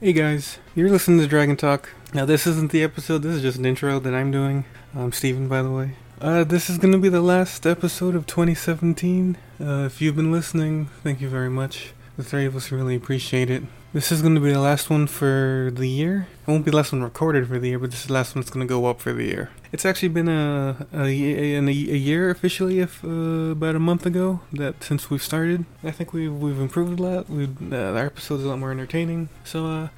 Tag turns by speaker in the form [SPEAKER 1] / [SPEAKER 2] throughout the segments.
[SPEAKER 1] Hey guys, you're listening to Dragon Talk. Now, this isn't the episode, this is just an intro that I'm doing. I'm Steven, by the way. Uh, this is gonna be the last episode of 2017. Uh, if you've been listening, thank you very much. The three of us really appreciate it. This is gonna be the last one for the year. It won't be the last one recorded for the year, but this is the last one that's gonna go up for the year. It's actually been a, a, ye- an- a year officially, if, uh, about a month ago, that since we've started. I think we've, we've improved a lot. We've, uh, our episode's a lot more entertaining. So, uh,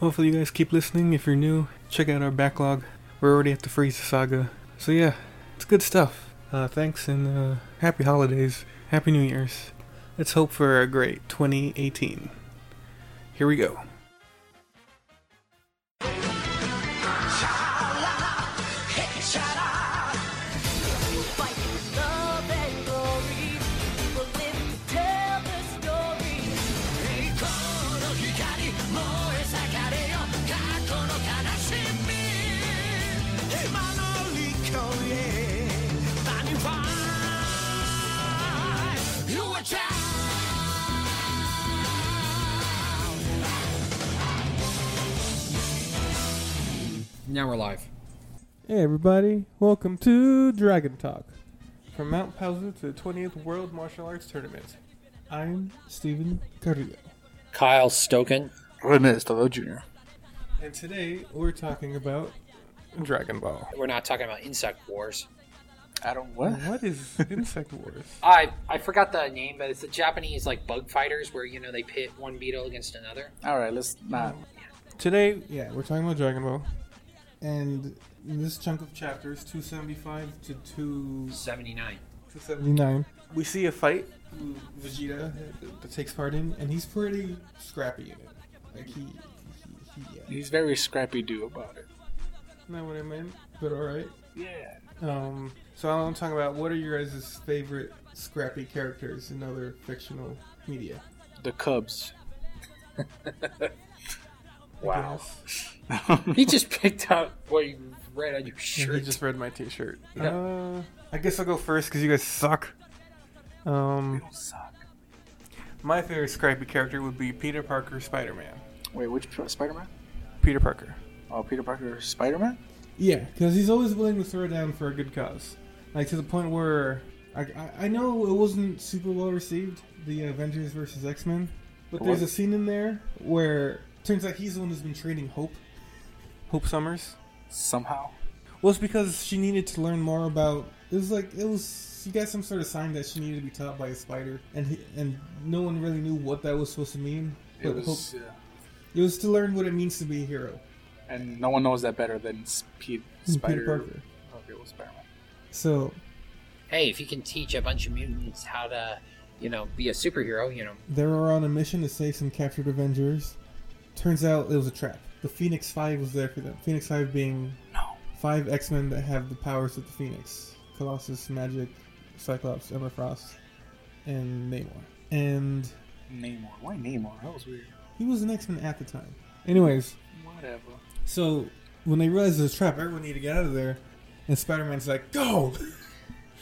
[SPEAKER 1] Hopefully, you guys keep listening. If you're new, check out our backlog. We're already at the Freeze Saga. So, yeah, it's good stuff. Uh, thanks and uh, happy holidays. Happy New Year's. Let's hope for a great 2018. Here we go.
[SPEAKER 2] Now we're live.
[SPEAKER 1] Hey, everybody. Welcome to Dragon Talk. From Mount Pausa to the 20th World Martial Arts Tournament. I'm Steven Carrillo.
[SPEAKER 2] Kyle Stoken.
[SPEAKER 3] Wait a minute, it's Stavo Jr.
[SPEAKER 1] And today, we're talking about Dragon Ball.
[SPEAKER 2] We're not talking about insect wars.
[SPEAKER 3] I don't what?
[SPEAKER 1] What is Insect Wars?
[SPEAKER 2] I I forgot the name, but it's the Japanese like bug fighters where you know they pit one beetle against another.
[SPEAKER 3] All right, let's not.
[SPEAKER 1] Today, yeah, we're talking about Dragon Ball. And in this chunk of chapters, 275 to 2
[SPEAKER 2] Seventy nine.
[SPEAKER 1] 279, we see a fight Vegeta that takes part in, and he's pretty scrappy in it. Like, he. he, he yeah.
[SPEAKER 3] He's very scrappy do about it.
[SPEAKER 1] Not what I meant, but alright.
[SPEAKER 3] Yeah.
[SPEAKER 1] Um, so I want to talk about what are your guys' favorite scrappy characters in other fictional media?
[SPEAKER 3] The Cubs.
[SPEAKER 1] I
[SPEAKER 2] Wow.
[SPEAKER 1] guess.
[SPEAKER 2] he just picked out what you read on your
[SPEAKER 1] He
[SPEAKER 2] shirt.
[SPEAKER 1] just read my T-shirt.
[SPEAKER 2] Yeah.
[SPEAKER 1] Uh, I guess I'll go first because you guys suck. Um,
[SPEAKER 3] Suck.
[SPEAKER 1] my favorite Scrappy character would be Peter Parker, Spider-Man.
[SPEAKER 3] Wait, which Spider Man?
[SPEAKER 1] Peter Parker.
[SPEAKER 3] Oh, Peter Parker, Spider Man?
[SPEAKER 1] Yeah, because he's always willing to throw down for a good cause. Like to the point where I, I, I know it wasn't super well received, the Avengers versus X Men, but there's a
[SPEAKER 3] What?
[SPEAKER 1] scene in there where turns out he's the one who's been training Hope, Hope Summers.
[SPEAKER 3] Somehow.
[SPEAKER 1] Well, it's because she needed to learn more about. It was like it was. She got some sort of sign that she needed to be taught by a spider, and he, and no one really knew what that was supposed to mean. But
[SPEAKER 3] It
[SPEAKER 1] it was,
[SPEAKER 3] was, yeah.
[SPEAKER 1] it was to learn what it means to be a hero.
[SPEAKER 3] And no one knows that better than Speed,
[SPEAKER 1] Peter
[SPEAKER 3] Spider
[SPEAKER 1] Parker.
[SPEAKER 3] Spider Man.
[SPEAKER 1] So
[SPEAKER 2] hey, if you can teach a bunch of mutants how to, you know, be a superhero, you know,
[SPEAKER 1] they were on a mission to save some captured Avengers. Turns out it was a trap. The Phoenix Five was there for them. Phoenix Five being
[SPEAKER 3] No.
[SPEAKER 1] five X Men that have the powers of the Phoenix: Colossus, Magic, Cyclops, Emma Frost, and Namor. And
[SPEAKER 3] Namor. Why Namor? That was weird.
[SPEAKER 1] he was an X Men at the time. Anyways,
[SPEAKER 3] Whatever.
[SPEAKER 1] So when they realize there's a trap, everyone need to get out of there. And Spider-Man's like, "Go!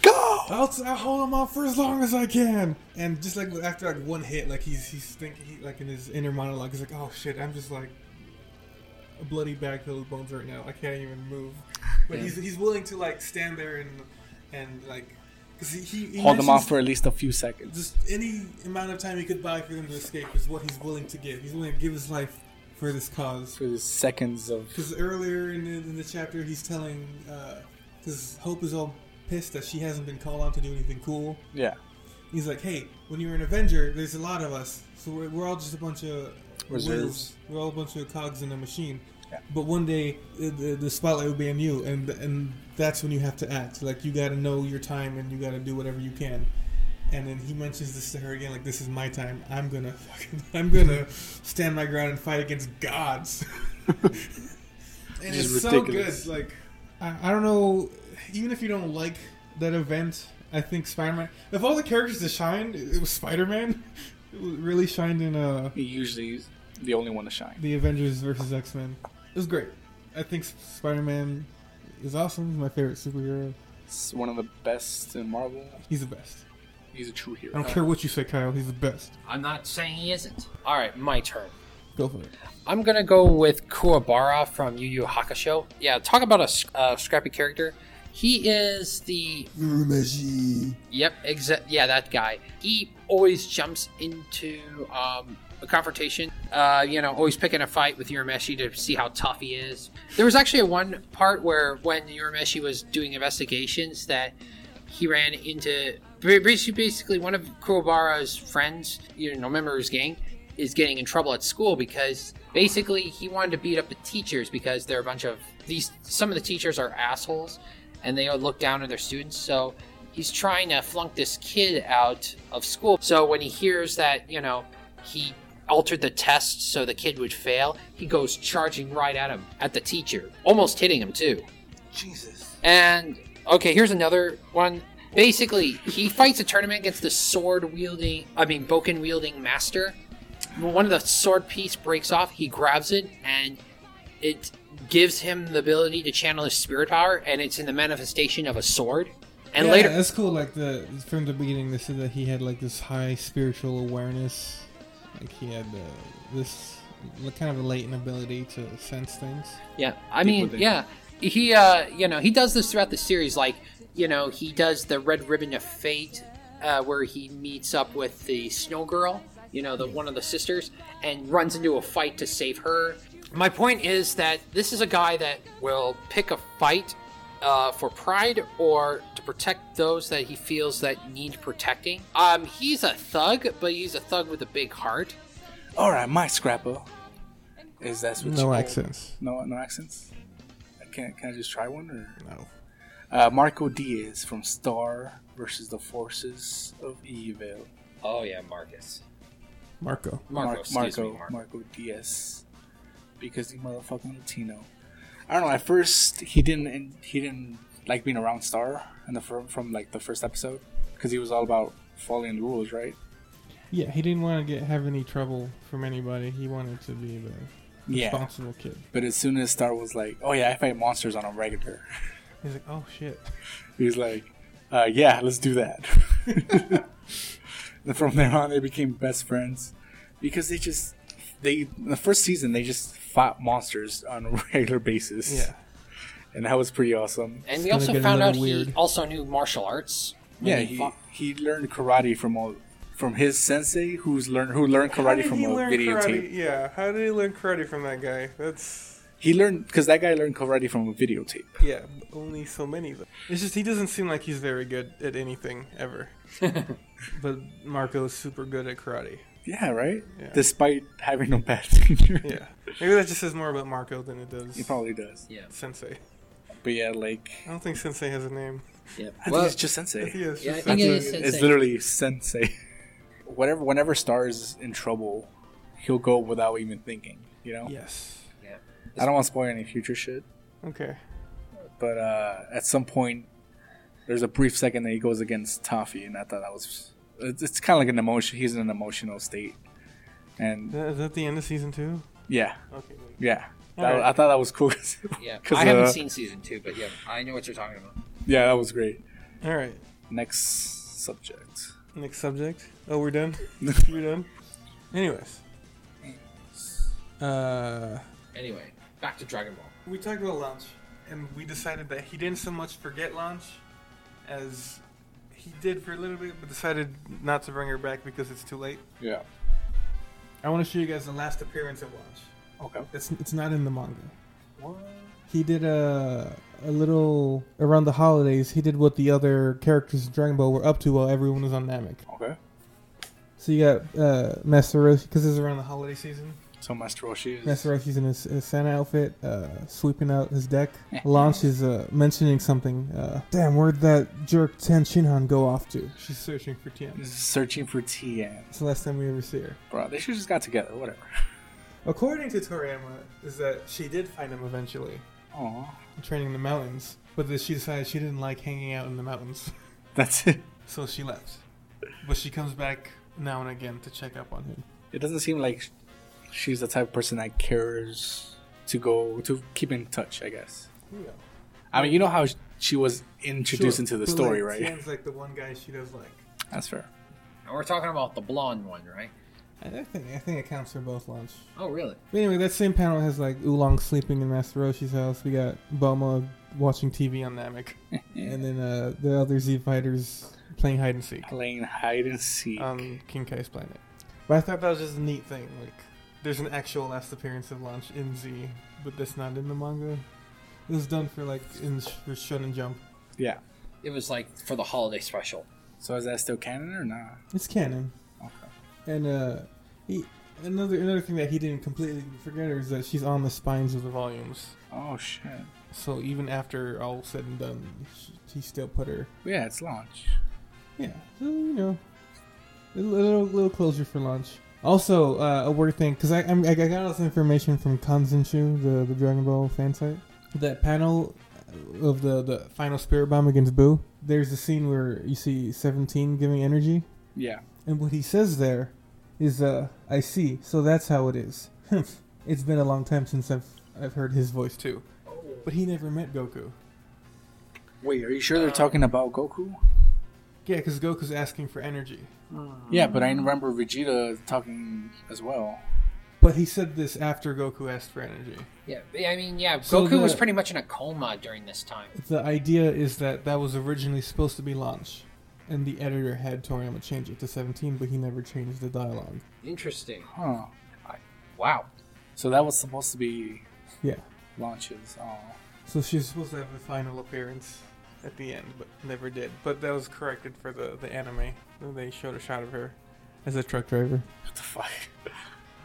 [SPEAKER 3] Go!
[SPEAKER 1] I'll, I'll hold him off for as long as I can." And just like after like one hit, like he's he's thinking he, like in his inner monologue, he's like, "Oh shit, I'm just like a bloody bag filled with bones right now. I can't even move." But he's he's willing to like stand there and and like because he, he, he
[SPEAKER 3] Hold them
[SPEAKER 1] mentions-
[SPEAKER 3] off for at least a few seconds.
[SPEAKER 1] just any amount of time he could buy for them to escape is what he's willing to give. He's willing to give his life for this cause.
[SPEAKER 3] For the seconds of.
[SPEAKER 1] Because earlier in the, in the chapter, he's telling, because Hope is all pissed that she hasn't been called on to do anything cool.
[SPEAKER 3] Yeah.
[SPEAKER 1] He's like, hey, when you're an Avenger, there's a lot of us, so we're, we're all just a bunch of
[SPEAKER 3] Reserves.
[SPEAKER 1] wheels. We're all a bunch of cogs in a machine.
[SPEAKER 3] Yeah.
[SPEAKER 1] But one day, the, the, the spotlight will be on you, and and that's when you have to act. Like you got to know your time, and you got to do whatever you can. And then he mentions this to her again, like this is my time. I'm gonna fucking, I'm gonna stand my ground and fight against gods. and
[SPEAKER 3] Just
[SPEAKER 1] it's
[SPEAKER 3] ridiculous.
[SPEAKER 1] so good. Like I, I don't know, even if you don't like that event, I think Spider Man. If all the characters that shined, it was Spider Man. Really shined in uh,
[SPEAKER 3] He usually is the only one to shine.
[SPEAKER 1] the Avengers versus X Men. It was great. I think Spider Man is awesome. He's my favorite superhero.
[SPEAKER 3] It's one of the best in Marvel.
[SPEAKER 1] He's the best.
[SPEAKER 3] He's a true hero.
[SPEAKER 1] I don't care what you say, Kyle. He's the best.
[SPEAKER 2] I'm not saying he isn't. All right, my turn.
[SPEAKER 4] Go for it.
[SPEAKER 2] I'm gonna go with Kuwabara from Yu Yu Hakusho. Yeah, talk about a s- uh, scrappy character. He is the
[SPEAKER 4] Urumeji.
[SPEAKER 2] Yep, exact. Yeah, that guy. He always jumps into um, a confrontation. Uh, you know, always picking a fight with Urameshi to see how tough he is. There was actually one part where when Urameshi was doing investigations that he ran into ba- basically one of Kuwabara's friends, you know, member of his gang, is getting in trouble at school because basically he wanted to beat up the teachers because they're a bunch of these. Some of the teachers are assholes, and they all look down on their students. So he's trying to flunk this kid out of school. So when he hears that, you know, he altered the test so the kid would fail, he goes charging right at him, at the teacher, almost hitting him too.
[SPEAKER 4] Jesus.
[SPEAKER 2] And okay, here's another one. Basically, he fights a tournament against the sword wielding, I mean, boken wielding master. When one of the sword piece breaks off, he grabs it and it gives him the ability to channel his spirit power, and it's in the manifestation of a sword. And
[SPEAKER 4] yeah,
[SPEAKER 2] later,
[SPEAKER 4] that's cool. Like the from the beginning, they said that he had like this high spiritual awareness. Like he had uh, this like, kind of a latent ability to sense things.
[SPEAKER 2] Yeah, I
[SPEAKER 3] People
[SPEAKER 2] mean,
[SPEAKER 3] think-
[SPEAKER 2] yeah, he, uh, you know, he does this throughout the series. Like, you know, he does the Red Ribbon of Fate, uh, where he meets up with the Snow Girl, you know, the one of the sisters, and runs into a fight to save her. My point is that this is a guy that will pick a fight uh, for pride or to protect those that he feels that need protecting. Um, he's a thug, but he's a thug with a big heart.
[SPEAKER 3] All right, my scrapper. Is that what you
[SPEAKER 4] No accents.
[SPEAKER 3] No, no accents. I Can can I just try one? Or?
[SPEAKER 4] No.
[SPEAKER 3] Uh, Marco Diaz from Star versus the Forces of Evil.
[SPEAKER 2] Oh yeah, Marcus.
[SPEAKER 4] Marco.
[SPEAKER 2] Marco,
[SPEAKER 3] Mark-
[SPEAKER 2] excuse
[SPEAKER 3] Marco,
[SPEAKER 2] me, Marco.
[SPEAKER 3] Marco Diaz, because he motherfucking Latino. I don't know. At first, he didn't he didn't like being around Star in the from, from like the first episode because he was all about following the rules, right?
[SPEAKER 4] Yeah, he didn't want to get have any trouble from anybody. He wanted to be the
[SPEAKER 3] Yeah.
[SPEAKER 4] responsible kid.
[SPEAKER 3] But as soon as Star was like, "Oh yeah, I fight monsters on a regular,"
[SPEAKER 4] He's like, oh shit.
[SPEAKER 3] he's like, uh, "Yeah, let's do that." and from there on, they became best friends because they just they in the first season they just fought monsters on a regular basis.
[SPEAKER 4] Yeah.
[SPEAKER 3] and that was pretty awesome.
[SPEAKER 2] And we
[SPEAKER 4] gonna
[SPEAKER 2] also
[SPEAKER 4] get
[SPEAKER 2] found out
[SPEAKER 4] another
[SPEAKER 2] he
[SPEAKER 4] weird.
[SPEAKER 2] also knew martial arts.
[SPEAKER 3] Yeah,
[SPEAKER 2] Really
[SPEAKER 3] he,
[SPEAKER 2] fu-
[SPEAKER 3] he learned karate from all from his sensei, who's learned who learned karate from a video tape.
[SPEAKER 1] Yeah, how did he learn karate from that guy? That's
[SPEAKER 3] He learned because that guy learned karate from a videotape.
[SPEAKER 1] yeah, only so many though. It's just he doesn't seem like he's very good at anything ever. but Marco is super good at karate.
[SPEAKER 3] Yeah, right.
[SPEAKER 1] Yeah.
[SPEAKER 3] Despite having no bad teacher,
[SPEAKER 1] Yeah, maybe that just says more about Marco than it does
[SPEAKER 3] he probably does.
[SPEAKER 2] yeah.
[SPEAKER 1] Sensei.
[SPEAKER 3] But yeah, like
[SPEAKER 1] I don't think Sensei has a name.
[SPEAKER 2] Yeah.
[SPEAKER 3] I think
[SPEAKER 2] Well,
[SPEAKER 3] it's just sensei.
[SPEAKER 1] Yeah, it's
[SPEAKER 2] yeah, I
[SPEAKER 1] just
[SPEAKER 2] think it
[SPEAKER 1] Sensei.
[SPEAKER 2] is Sensei.
[SPEAKER 3] It's literally sensei. Whatever, whenever Star is in trouble, he'll go without even thinking. You know,
[SPEAKER 1] Yes.
[SPEAKER 3] I don't want to spoil any future shit,
[SPEAKER 1] Okay.
[SPEAKER 3] but uh, at some point, there's a brief second that he goes against Toffee, and I thought that was it's, it's kind of like an emotion. He's in an emotional state,
[SPEAKER 1] Is
[SPEAKER 3] and
[SPEAKER 1] that- is that the end of season two?
[SPEAKER 3] yeah,
[SPEAKER 1] Okay. wait.
[SPEAKER 3] yeah, that,
[SPEAKER 1] Alright.
[SPEAKER 3] I thought that was cool. 'cause-
[SPEAKER 2] yeah.
[SPEAKER 3] 'cause,
[SPEAKER 2] I haven't
[SPEAKER 3] uh,
[SPEAKER 2] seen season two, but yeah, I know what you're talking about.
[SPEAKER 3] Yeah, that was great.
[SPEAKER 1] All right.
[SPEAKER 3] Next subject.
[SPEAKER 1] Next subject. Oh, we're done. we're done. Anyways,
[SPEAKER 4] Uh,
[SPEAKER 2] Anyway, back to Dragon Ball.
[SPEAKER 1] we talked about launch, and we decided that he didn't so much forget launch as he did for a little bit, but decided not to bring her back because it's too late.
[SPEAKER 3] Yeah.
[SPEAKER 1] I want to show you guys the last appearance of launch.
[SPEAKER 3] Okay.
[SPEAKER 4] it's it's not in the manga. He did a a little around the holidays. He did what the other characters in Dragon Ball were up to while everyone was on Namek.
[SPEAKER 3] Okay.
[SPEAKER 4] So you got uh, Master Roshi because it's around the holiday season.
[SPEAKER 3] So Master Roshi is
[SPEAKER 4] Master Roshi's in his, his Santa outfit, uh, sweeping out his deck. Launch is uh, mentioning something. Uh, Damn, where'd that jerk Ten Shinhan go off to?
[SPEAKER 1] She's searching for Tien.
[SPEAKER 3] searching for TN.
[SPEAKER 4] It's the last time we ever see her.
[SPEAKER 3] Bro, they should just got together. Whatever.
[SPEAKER 1] According to Toriyama, is that she did find him eventually,
[SPEAKER 3] Aw.
[SPEAKER 1] training in the mountains, but that she decided she didn't like hanging out in the mountains.
[SPEAKER 3] That's it.
[SPEAKER 1] So she left. But she comes back now and again to check up on him.
[SPEAKER 3] It doesn't seem like she's the type of person that cares to go to keep in touch. I guess. I mean, you know how sh- she was introduced into the story, right?
[SPEAKER 1] Tien's like the one guy she does like.
[SPEAKER 3] That's fair.
[SPEAKER 2] And we're talking about the blonde one, right?
[SPEAKER 1] I I think I think it counts for both lines.
[SPEAKER 2] Oh, really?
[SPEAKER 1] But anyway, that same panel has like Oolong sleeping in Master Roshi's house. We got Boma watching TV on Namek, and then uh, the other Z fighters playing hide and seek
[SPEAKER 3] Playing hide and seek.
[SPEAKER 1] on King Kai's planet. But I thought that was just a neat thing. Like, there's an actual last appearance of Launch in Z, but that's not in the manga. It was done for like in sh- for Shonen Jump.
[SPEAKER 3] yeah.
[SPEAKER 2] It was like for the holiday special.
[SPEAKER 3] So is that still canon or not?
[SPEAKER 1] It's canon.
[SPEAKER 3] Okay.
[SPEAKER 1] And uh, he another another thing that he didn't completely forget is that she's on the spines of the volumes.
[SPEAKER 3] Oh shit.
[SPEAKER 1] So even after all said and done, sh- he still put her.
[SPEAKER 3] Yeah, it's launch.
[SPEAKER 1] Yeah, so, you know, a little little closure for lunch. Also, uh, a word thing because I I'm, I got all this information from Kanzenshu, the the Dragon Ball fan site. That panel of the the final Spirit Bomb against Boo. There's a scene where you see Seventeen giving energy,
[SPEAKER 3] Yeah.
[SPEAKER 1] and what he says there is, uh, I see, so that's how it is. Hmph. it's been a long time since I've, I've heard his voice too. But he never met Goku.
[SPEAKER 3] Wait, are you sure they're talking about Goku?
[SPEAKER 1] Yeah, because Goku's asking for energy.
[SPEAKER 3] Yeah, but I remember Vegeta talking as well.
[SPEAKER 1] But he said this after Goku asked for energy.
[SPEAKER 2] Yeah, I mean, yeah,
[SPEAKER 1] So
[SPEAKER 2] Goku
[SPEAKER 1] the-
[SPEAKER 2] was pretty much in a coma during this time.
[SPEAKER 1] The idea is that that was originally supposed to be launch, and the editor had Toriyama change it to 17, but he never changed the dialogue.
[SPEAKER 2] Interesting.
[SPEAKER 3] Huh.
[SPEAKER 2] Wow.
[SPEAKER 3] So that was supposed to be
[SPEAKER 1] Yeah.
[SPEAKER 3] launches. Oh.
[SPEAKER 1] So she's supposed to have a final appearance at the end, but never did. But that was corrected for the, the anime. They showed a shot of her as a truck driver.
[SPEAKER 3] What the fuck?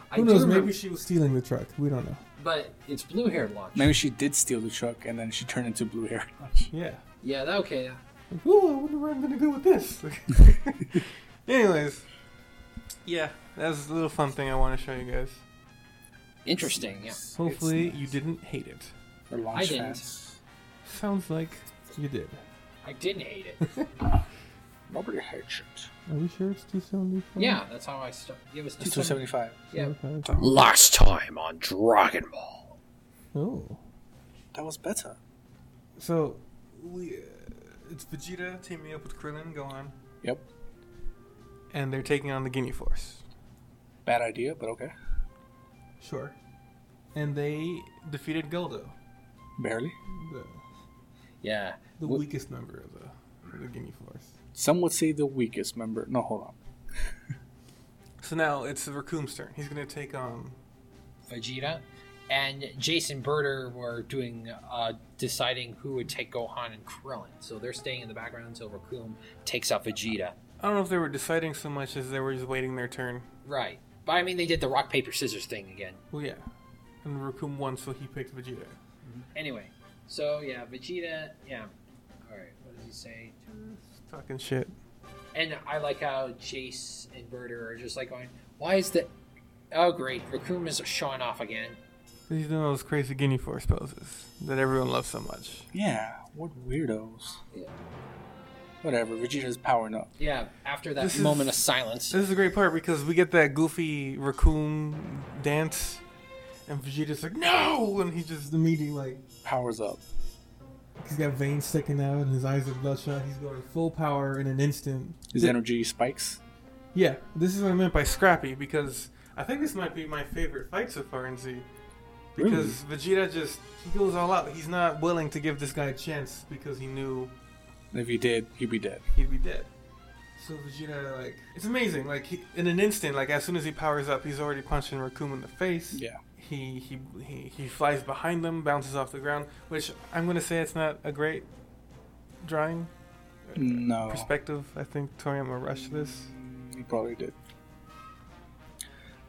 [SPEAKER 2] I
[SPEAKER 1] Who
[SPEAKER 2] do
[SPEAKER 1] knows?
[SPEAKER 2] remember-
[SPEAKER 1] Maybe she was stealing the truck. We don't know.
[SPEAKER 2] but it's blue haired launch.
[SPEAKER 3] Maybe she did steal the truck and then she turned into blue hair launch.
[SPEAKER 1] Yeah.
[SPEAKER 2] Yeah, that, okay.
[SPEAKER 1] Like, Ooh, I wonder where I'm gonna go with this. Anyways, yeah, that was a little fun thing I want to show you guys.
[SPEAKER 2] Interesting. Yeah.
[SPEAKER 3] It's-
[SPEAKER 1] Hopefully,
[SPEAKER 3] it's
[SPEAKER 1] you didn't hate it.
[SPEAKER 3] nice For launch
[SPEAKER 2] I didn't.
[SPEAKER 3] fans.
[SPEAKER 1] Sounds like you did.
[SPEAKER 2] I didn't hate it.
[SPEAKER 3] Nobody hates it.
[SPEAKER 1] Are we sure it's 274?
[SPEAKER 2] yeah, that's how I started. It was
[SPEAKER 3] It's
[SPEAKER 2] 270.
[SPEAKER 3] 275.
[SPEAKER 2] Yeah.
[SPEAKER 1] Okay.
[SPEAKER 2] Last time on Dragon Ball.
[SPEAKER 1] Oh.
[SPEAKER 3] That was better.
[SPEAKER 1] So, we, uh, it's Vegeta teaming up with Krillin, Gohan,
[SPEAKER 3] Yep.
[SPEAKER 1] and they're taking on the Guinea Force.
[SPEAKER 3] Bad idea, but okay.
[SPEAKER 1] Sure. And they defeated Goldo,
[SPEAKER 3] Barely.
[SPEAKER 1] the,
[SPEAKER 2] Yeah.
[SPEAKER 1] the
[SPEAKER 2] Wh-
[SPEAKER 1] weakest member of the, of the Guinea Force.
[SPEAKER 3] Some would say the weakest member. No, hold on.
[SPEAKER 1] So now it's the Raccoon's turn. He's going to take on.
[SPEAKER 2] Vegeta and Jason Berter were doing uh, deciding who would take Gohan and Krillin. So they're staying in the background until Raccoon takes out Vegeta.
[SPEAKER 1] I don't know if they were deciding so much as they were just waiting their turn.
[SPEAKER 2] Right. But I mean, they did the rock, paper, scissors thing again.
[SPEAKER 1] Well, yeah. And Raccoon won, so he picked Vegeta.
[SPEAKER 2] Anyway, so yeah, Vegeta, yeah. Alright, what does he say?
[SPEAKER 1] Talking shit.
[SPEAKER 2] And I like how Jace and Berter are just like going, why is the. Oh, great. Raccoon is showing off again.
[SPEAKER 1] He's doing those crazy Guinea Force poses that everyone loves so much.
[SPEAKER 3] Yeah, what weirdos.
[SPEAKER 2] Yeah.
[SPEAKER 3] Whatever, Vegeta's powering up.
[SPEAKER 2] Yeah, after that
[SPEAKER 1] This is-
[SPEAKER 2] moment of silence.
[SPEAKER 1] This is a great part because we get that goofy raccoon dance, and Vegeta's like, no! And he just immediately, like,
[SPEAKER 3] Powers up.
[SPEAKER 1] he's got veins sticking out and his eyes are bloodshot. He's going full power in an instant.
[SPEAKER 3] His energy spikes.
[SPEAKER 1] Yeah, this is what I meant by scrappy because I think this might be my favorite fight so far in Z. Because Vegeta just, he goes all out. He's not willing to give this guy a chance because he knew
[SPEAKER 3] If he did, he'd be dead.
[SPEAKER 1] he'd be dead. So Vegeta, like, it's amazing. Like, he, in an instant, like, as soon as he powers up, he's already punching Raccoon in the face.
[SPEAKER 3] Yeah.
[SPEAKER 1] He, he, he, he flies behind them, bounces off the ground, which I'm going to say it's not a great drawing
[SPEAKER 3] No.
[SPEAKER 1] perspective. I think Toriyama rushed this.
[SPEAKER 3] He probably did.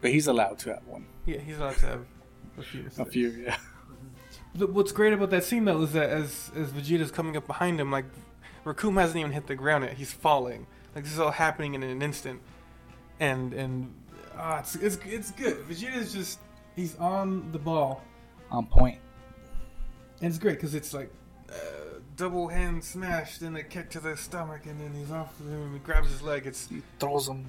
[SPEAKER 3] But he's allowed to have one.
[SPEAKER 1] Yeah, he's allowed to have a few.
[SPEAKER 3] A
[SPEAKER 1] mistakes.
[SPEAKER 3] few, yeah.
[SPEAKER 1] The- What's great about that scene, though, is that as, as Vegeta's coming up behind him, like, Raccoon hasn't even hit the ground yet. He's falling. Like, this is all happening in an instant. And, and, ah, it's, it's, it's good. Vegeta's just, he's on the ball.
[SPEAKER 3] On point.
[SPEAKER 1] And it's great because it's like uh, double hand smash, then a kick to the stomach, and then he's off of him and he grabs his leg. It's
[SPEAKER 3] He throws him.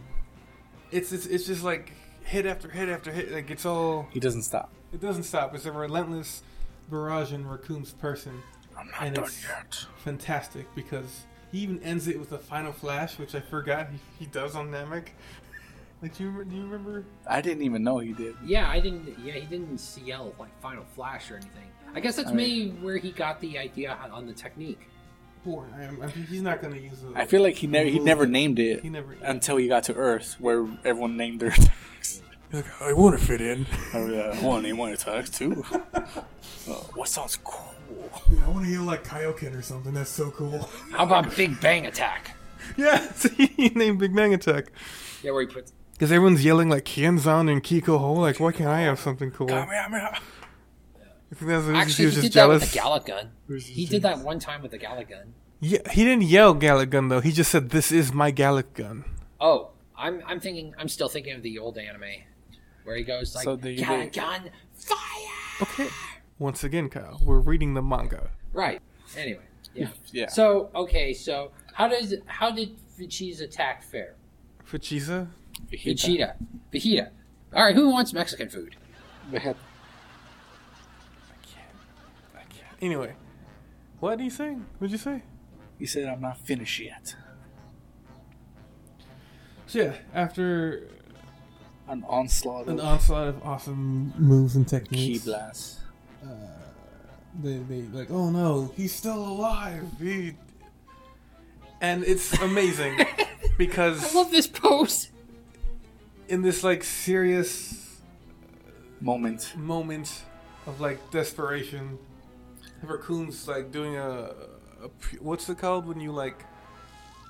[SPEAKER 1] it's it's, it's just like hit after hit after hit. Like it's all
[SPEAKER 3] He doesn't stop.
[SPEAKER 1] it doesn't stop. It's a relentless barrage in Raccoon's person.
[SPEAKER 3] I'm not
[SPEAKER 1] And
[SPEAKER 3] done
[SPEAKER 1] it's-
[SPEAKER 3] yet.
[SPEAKER 1] Fantastic because he even ends it with a final flash, which I forgot he, he does on Namek.
[SPEAKER 4] Like, do you, rem- do you remember?
[SPEAKER 3] I didn't even know he did.
[SPEAKER 2] Yeah, I didn't. Yeah, he didn't yell like Final Flash or anything. I guess that's
[SPEAKER 3] I mean-
[SPEAKER 2] maybe where he got the idea on the technique.
[SPEAKER 4] Boy, I, am- I, he's not gonna use it.
[SPEAKER 3] I feel like he never he never named it
[SPEAKER 4] He never-
[SPEAKER 3] until he got to Earth, where everyone named their.
[SPEAKER 5] You're like, I want to fit in.
[SPEAKER 3] I was like, I want to name my attacks too. Uh, what sounds cool?
[SPEAKER 5] Dude, I want to heal like Kaioken or something. That's so cool.
[SPEAKER 2] How about Big Bang Attack?
[SPEAKER 1] Yes, he named Big Bang Attack.
[SPEAKER 2] Yeah, where he puts.
[SPEAKER 1] Because everyone's yelling like Kienzan and Kiko Ho. Like, why can't I have something cool? I
[SPEAKER 3] Kamehameha.
[SPEAKER 1] think that's he
[SPEAKER 2] Actually,
[SPEAKER 1] was just
[SPEAKER 2] he did that
[SPEAKER 1] jealous.
[SPEAKER 2] with the Gala Gun. He did that one time with the Gala Gun.
[SPEAKER 1] yeah, he didn't yell Gallic Gun though. He just said, "This is my Gallic Gun."
[SPEAKER 2] Oh, I'm I'm thinking I'm still thinking of the old anime where he goes like
[SPEAKER 3] So the-
[SPEAKER 2] Gala
[SPEAKER 3] the-
[SPEAKER 2] Gun fire.
[SPEAKER 1] Okay. Once again, Kyle, we're reading the manga.
[SPEAKER 2] Right. Anyway. Yeah.
[SPEAKER 3] Yeah.
[SPEAKER 2] So okay. So how does how did Vegeta's attack fare?
[SPEAKER 1] Fuchisa?
[SPEAKER 2] Vegeta. Vegeta. All right. Who wants Mexican food?
[SPEAKER 3] Vegeta.
[SPEAKER 1] Anyway, what are you saying? What'd you say?
[SPEAKER 3] He said, "I'm not finished yet."
[SPEAKER 4] So yeah, after
[SPEAKER 3] An onslaught
[SPEAKER 4] an
[SPEAKER 3] of
[SPEAKER 4] onslaught of awesome moves and
[SPEAKER 3] key
[SPEAKER 4] techniques,
[SPEAKER 3] blasts.
[SPEAKER 4] they they like, oh no, he's still alive.
[SPEAKER 1] He- And it's amazing
[SPEAKER 2] I
[SPEAKER 1] because
[SPEAKER 2] love this pose.
[SPEAKER 1] in this like serious
[SPEAKER 3] Moment.
[SPEAKER 1] moment of like desperation, Raccoon's like doing a, a p- what's it called when you like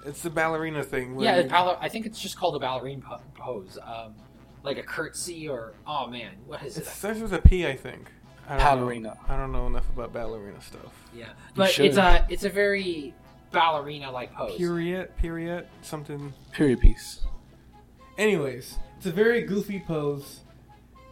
[SPEAKER 1] it's the ballerina thing. where
[SPEAKER 2] Yeah,
[SPEAKER 1] you-
[SPEAKER 2] the ball- I think it's just called a ballerine po- pose, um, like a curtsy or oh man, what is
[SPEAKER 1] it
[SPEAKER 2] it?
[SPEAKER 1] starts with a P, I think. I don't
[SPEAKER 3] Ballerina.
[SPEAKER 1] Know, I don't know enough about ballerina stuff.
[SPEAKER 2] Yeah, but
[SPEAKER 3] should.
[SPEAKER 2] it's a it's a very ballerina like pose.
[SPEAKER 1] Period, period, something.
[SPEAKER 3] Period piece.
[SPEAKER 1] Anyways, it's a very goofy pose,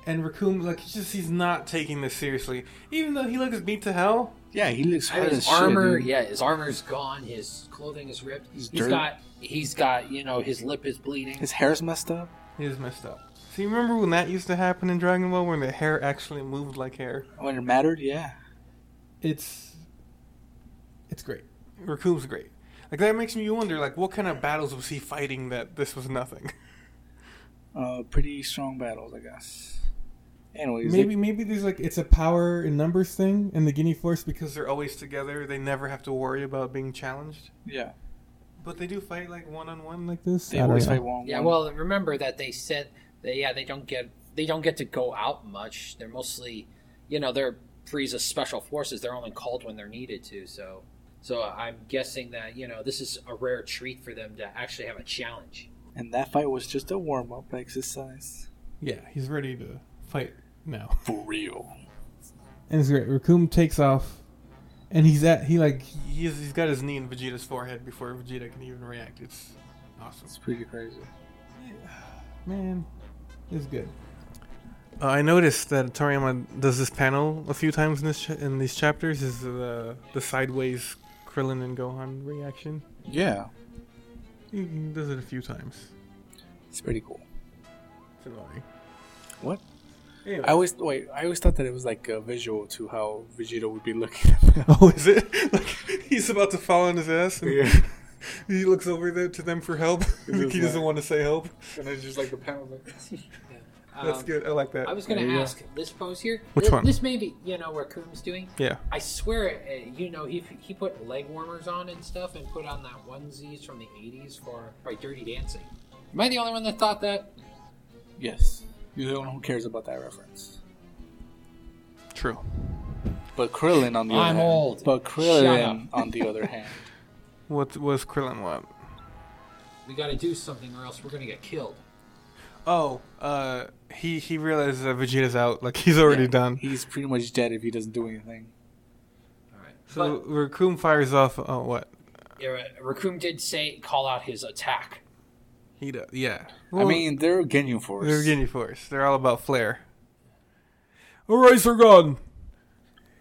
[SPEAKER 1] and Raccoon like he just he's not taking this seriously, even though he looks beat to hell.
[SPEAKER 3] Yeah, he looks
[SPEAKER 2] I mean,
[SPEAKER 3] hard as
[SPEAKER 2] his
[SPEAKER 3] shit,
[SPEAKER 2] armor,
[SPEAKER 3] dude.
[SPEAKER 2] yeah, his armor's gone. His clothing is ripped. He's
[SPEAKER 3] dirty.
[SPEAKER 2] got he's got you know his lip is bleeding.
[SPEAKER 3] His hair's messed up.
[SPEAKER 1] He is messed up. See, remember when that used to happen in Dragon Ball, when the hair actually moved like hair?
[SPEAKER 3] When it mattered, yeah.
[SPEAKER 4] It's it's great.
[SPEAKER 1] Raccoon's great. Like that makes me wonder, like what kind of battles was he fighting that this was nothing?
[SPEAKER 3] Uh, pretty strong battles, I guess. Anyways,
[SPEAKER 4] Maybe maybe there's like it's a power and numbers thing in the Guinea Force because
[SPEAKER 1] Because they're always together, they never have to worry about being challenged.
[SPEAKER 3] they- yeah,
[SPEAKER 1] But they do fight like one on one, like
[SPEAKER 4] this.
[SPEAKER 3] they
[SPEAKER 4] I don't
[SPEAKER 3] always
[SPEAKER 4] know.
[SPEAKER 3] fight one.
[SPEAKER 2] Yeah, well, remember that they said that yeah they don't get they don't get to go out much. They're mostly you know they're Frieza special forces. They're only called when they're needed to. So so I'm guessing that you know this is a rare treat for them to actually have a challenge.
[SPEAKER 3] and that fight was just a warm up exercise.
[SPEAKER 4] Yeah, he's ready to fight now.
[SPEAKER 3] For real.
[SPEAKER 4] And it's great. Raccoon takes off, and he's at he like
[SPEAKER 1] he's, he's got his knee in Vegeta's forehead before Vegeta can even react. It's awesome.
[SPEAKER 3] It's pretty crazy.
[SPEAKER 4] man, it's good.
[SPEAKER 1] Uh, I noticed that Toriyama does this panel a few times in this cha- in these chapters. Is the the sideways Krillin and Gohan reaction?
[SPEAKER 3] Yeah,
[SPEAKER 1] He does it a few times.
[SPEAKER 3] it's pretty cool.
[SPEAKER 1] It's annoying.
[SPEAKER 3] What?
[SPEAKER 1] Anyway.
[SPEAKER 3] I always wait. I always thought that it was like a visual to how Vegeta would be looking.
[SPEAKER 1] oh, is it? Like he's about to fall on his ass, and
[SPEAKER 3] yeah,
[SPEAKER 1] he looks over there to them for help.
[SPEAKER 3] is
[SPEAKER 1] he doesn't
[SPEAKER 3] like-
[SPEAKER 1] want to say help.
[SPEAKER 3] and it's just like the panel. Like,
[SPEAKER 1] That's
[SPEAKER 2] Um,
[SPEAKER 1] good. I like that.
[SPEAKER 2] I was going
[SPEAKER 3] There
[SPEAKER 2] to
[SPEAKER 3] you go.
[SPEAKER 2] ask this pose here.
[SPEAKER 1] Which
[SPEAKER 2] this,
[SPEAKER 1] one?
[SPEAKER 2] This may be you know where Coom's doing.
[SPEAKER 1] yeah.
[SPEAKER 2] I swear, uh, you know, he, he put leg warmers on and stuff and put on that onesies from the 80s for by Dirty Dancing. Am I the only one that thought that?
[SPEAKER 3] yes, you're the one who cares about that reference.
[SPEAKER 1] True.
[SPEAKER 3] But Krillin on the
[SPEAKER 2] I'm
[SPEAKER 3] other
[SPEAKER 2] old.
[SPEAKER 3] hand. But
[SPEAKER 2] Shut up.
[SPEAKER 3] Krillin on the other hand.
[SPEAKER 1] What was Krillin want?
[SPEAKER 2] We gotta do something or else we're gonna get killed.
[SPEAKER 1] Oh, uh, he he realizes that Vegeta's out. Like he's already
[SPEAKER 3] Yeah,
[SPEAKER 1] done.
[SPEAKER 3] He's pretty much dead if he doesn't do anything.
[SPEAKER 2] Alright.
[SPEAKER 1] So Raccoon fires off. Oh, what?
[SPEAKER 2] But yeah, uh, Raccoon did say, call out his attack.
[SPEAKER 1] He does. Yeah.
[SPEAKER 3] I mean, they're Genyu Force.
[SPEAKER 1] They're Guinea Force. They're all about flair. Eraser gun.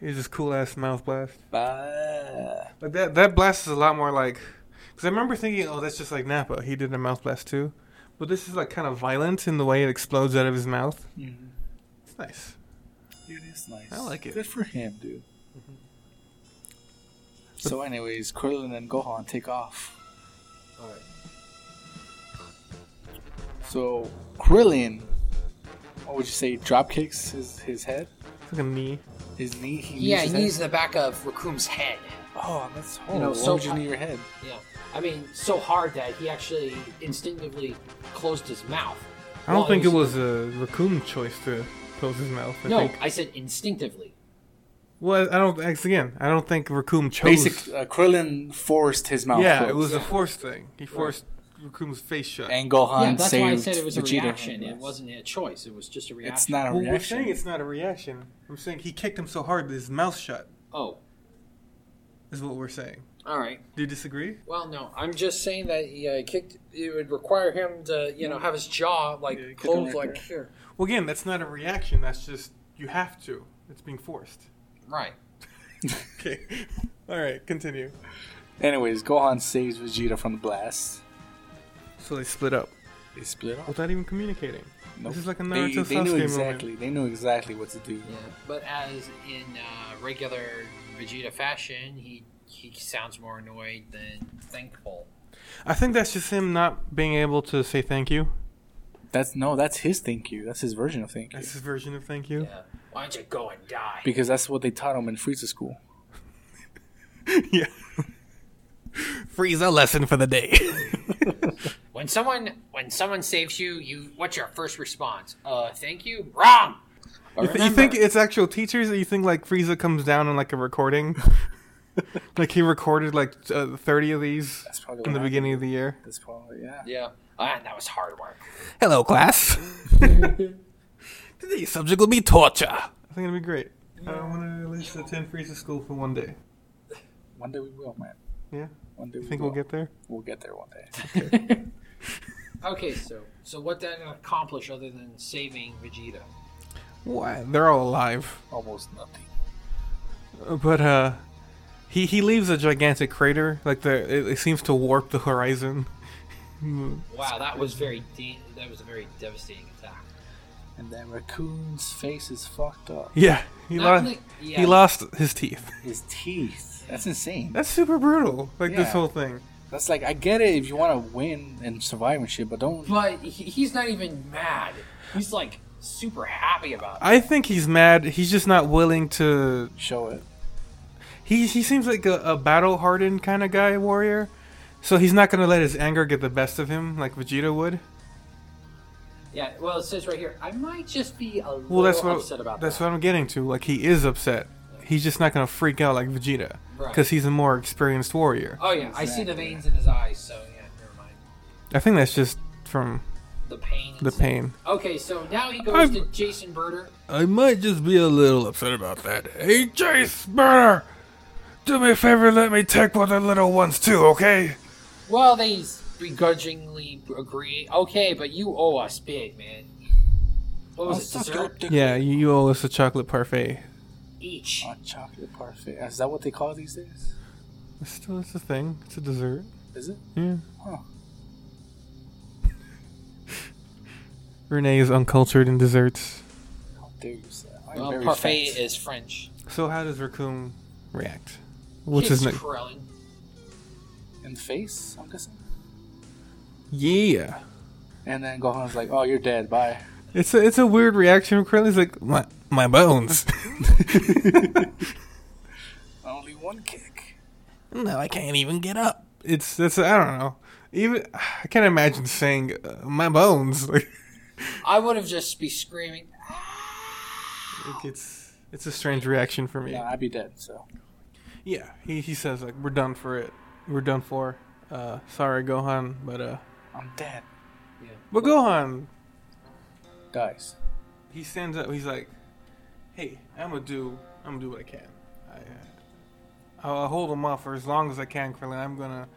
[SPEAKER 1] He's this cool ass mouth blast.
[SPEAKER 3] Bah.
[SPEAKER 1] Like that. That blast is a lot more like. Because I remember thinking, oh, that's just like Nappa. He did a mouth blast too. But this is like kind of violent in the way it explodes out of his mouth.
[SPEAKER 3] Mhm.
[SPEAKER 1] It's nice.
[SPEAKER 3] Dude, it's nice.
[SPEAKER 1] I like it.
[SPEAKER 3] Good for him, dude.
[SPEAKER 1] Mm-hmm.
[SPEAKER 3] So, anyways, Krillin and Gohan take off.
[SPEAKER 2] Alright.
[SPEAKER 3] So Krillin, what would you say? Drop kicks his, his head,
[SPEAKER 1] It's like a knee.
[SPEAKER 3] his knee. He
[SPEAKER 2] Yeah, he
[SPEAKER 3] knees his
[SPEAKER 2] knees
[SPEAKER 3] head.
[SPEAKER 2] the back of Raccoon's head.
[SPEAKER 3] Oh, that's horrible.
[SPEAKER 2] You know,
[SPEAKER 3] Why
[SPEAKER 2] so
[SPEAKER 3] would you
[SPEAKER 2] I-
[SPEAKER 3] knee your head?
[SPEAKER 2] Yeah. I mean, so hard that he actually instinctively closed his mouth.
[SPEAKER 1] I don't
[SPEAKER 2] Well,
[SPEAKER 1] think it was a raccoon choice to close his mouth. I
[SPEAKER 2] No,
[SPEAKER 1] think.
[SPEAKER 2] I said instinctively.
[SPEAKER 1] Well, I don't. Again, I don't think raccoon chose.
[SPEAKER 3] Basic uh, Krillin forced his mouth.
[SPEAKER 1] yeah,
[SPEAKER 3] closed.
[SPEAKER 1] it was a forced thing. He forced Raccoon's face shut.
[SPEAKER 3] And Gohan
[SPEAKER 2] yeah, that's
[SPEAKER 3] saved
[SPEAKER 2] why I said it was a
[SPEAKER 3] Vegeta.
[SPEAKER 2] reaction. It wasn't a choice. It was just a reaction.
[SPEAKER 3] It's not a
[SPEAKER 1] Well, we're
[SPEAKER 3] reaction.
[SPEAKER 1] saying it's not a reaction. I'm saying he kicked him so hard that his mouth shut.
[SPEAKER 2] Oh,
[SPEAKER 1] Is what we're saying.
[SPEAKER 2] all right.
[SPEAKER 1] Do you disagree?
[SPEAKER 2] Well, no, I'm just saying that he uh, kicked. It would require him to, you know, have his jaw like
[SPEAKER 3] Yeah, he kicked him
[SPEAKER 2] closed,
[SPEAKER 3] right
[SPEAKER 2] like
[SPEAKER 3] there.
[SPEAKER 2] here.
[SPEAKER 1] Well, again, that's not a reaction. That's just you have to. It's being forced.
[SPEAKER 2] Right.
[SPEAKER 1] Okay. All right. Continue.
[SPEAKER 3] Anyways, Gohan saves Vegeta from the blast.
[SPEAKER 1] So they split up
[SPEAKER 3] They split up.
[SPEAKER 1] without even communicating.
[SPEAKER 3] Nope.
[SPEAKER 1] This is like a
[SPEAKER 3] They,
[SPEAKER 1] Naruto
[SPEAKER 3] they knew
[SPEAKER 1] Sasuke
[SPEAKER 3] exactly. They knew exactly what to do.
[SPEAKER 2] Yeah. But as in uh, regular Vegeta fashion, he he sounds more annoyed than thankful.
[SPEAKER 1] I think that's just him not being able to say thank you.
[SPEAKER 3] That's no. That's his thank you. That's his version of thank you.
[SPEAKER 1] That's his version of thank you.
[SPEAKER 2] Yeah. Why don't you go and die?
[SPEAKER 3] Because that's what they taught him in Frieza school.
[SPEAKER 1] Yeah. Freeze a lesson for the day.
[SPEAKER 2] When someone when someone saves you, you what's your first response? Uh, thank you. Wrong.
[SPEAKER 1] You, th- you think it's actual teachers, or you think like Frieza comes down on like a recording? like he recorded like uh, thirty of these
[SPEAKER 3] That's probably
[SPEAKER 1] in
[SPEAKER 3] what
[SPEAKER 1] the beginning of the year.
[SPEAKER 3] That's probably yeah.
[SPEAKER 2] Yeah. Ah, that was hard work.
[SPEAKER 1] Hello, class. Today's subject will be torture. I think it'll be great. I want to at least attend Frieza school for one day.
[SPEAKER 3] One day we will, man.
[SPEAKER 1] Yeah,
[SPEAKER 3] One day
[SPEAKER 1] I
[SPEAKER 3] we
[SPEAKER 1] think
[SPEAKER 3] will.
[SPEAKER 1] we'll get there.
[SPEAKER 3] we'll get there one day.
[SPEAKER 2] Okay, so so what did it accomplish other than saving Vegeta?
[SPEAKER 1] What? They're all alive,
[SPEAKER 3] Almost nothing.
[SPEAKER 1] Uh, but uh, he he leaves a gigantic crater. Like the it, it seems to warp the horizon.
[SPEAKER 2] Wow, that was very de- that was a very devastating attack.
[SPEAKER 3] And then Raccoon's face is fucked up.
[SPEAKER 1] Yeah, he
[SPEAKER 2] Not
[SPEAKER 1] lost.
[SPEAKER 2] only- yeah.
[SPEAKER 1] He lost his teeth.
[SPEAKER 3] His teeth. That's insane.
[SPEAKER 1] That's super brutal. Like this
[SPEAKER 3] Yeah.
[SPEAKER 1] whole thing.
[SPEAKER 3] That's like I get it if you want to win and survive and shit, but don't.
[SPEAKER 2] But he, he's not even mad. He's like super happy about it.
[SPEAKER 1] I think he's mad. He's just not willing to.
[SPEAKER 3] Show it.
[SPEAKER 1] He he seems like a, a battle hardened kind of guy, warrior. So he's not gonna let his anger get the best of him like Vegeta would.
[SPEAKER 2] Yeah. Well, it says right here, I might just be a little
[SPEAKER 1] Well, that's what
[SPEAKER 2] upset about
[SPEAKER 1] that's
[SPEAKER 2] that.
[SPEAKER 1] what I'm getting to. Like he is upset. He's just not gonna freak out like Vegeta
[SPEAKER 2] Right.
[SPEAKER 1] because he's a more experienced warrior.
[SPEAKER 2] oh yeah, I see the veins in his eyes. So yeah, never mind.
[SPEAKER 1] I think that's just from
[SPEAKER 2] The pain.
[SPEAKER 1] the pain.
[SPEAKER 2] Okay, so now he goes
[SPEAKER 1] I'm-
[SPEAKER 2] to Jason Berder.
[SPEAKER 1] I might just be a little upset about that. Hey, Jace Burner, do me a favor, let me take one of the little ones too, okay?
[SPEAKER 2] Well, they begrudgingly agree. Okay, but you owe us big, man. What was
[SPEAKER 1] Oh,
[SPEAKER 2] it? Dessert
[SPEAKER 1] Yeah, you, you owe us a chocolate parfait.
[SPEAKER 2] each.
[SPEAKER 3] A chocolate parfait. Is that what they call it these days?
[SPEAKER 1] It's still, it's a thing. It's a dessert.
[SPEAKER 3] Is it?
[SPEAKER 1] Yeah.
[SPEAKER 3] Huh.
[SPEAKER 1] Renee is uncultured in desserts.
[SPEAKER 3] How dare you say that? I'm
[SPEAKER 2] Well,
[SPEAKER 3] very
[SPEAKER 2] parfait
[SPEAKER 3] fat.
[SPEAKER 2] is French.
[SPEAKER 1] So how does Raccoon react? What's
[SPEAKER 2] Kiss
[SPEAKER 1] his name?
[SPEAKER 2] Krillin.
[SPEAKER 3] in the face. I'm guessing.
[SPEAKER 1] Yeah.
[SPEAKER 3] And then Gohan's like, "Oh, you're dead. Bye."
[SPEAKER 1] It's a it's a weird reaction from Krillin. He's like my my bones.
[SPEAKER 3] Only one kick.
[SPEAKER 1] no, I can't even get up. It's it's I don't know. Even I can't imagine saying uh, my bones. Like
[SPEAKER 2] I would have just be screaming.
[SPEAKER 1] it's it's a strange reaction for me.
[SPEAKER 3] No, I'd be dead. So
[SPEAKER 1] Yeah, he he says like we're done for it. We're done for. Uh, sorry, Gohan, but uh,
[SPEAKER 3] I'm dead.
[SPEAKER 1] but Gohan,
[SPEAKER 3] Dies.
[SPEAKER 1] he stands up. He's like, "Hey, I'm gonna do. I'm gonna do what I can. I, uh, I'll, I'll hold him off for as long as I can, Krillin. I'm gonna,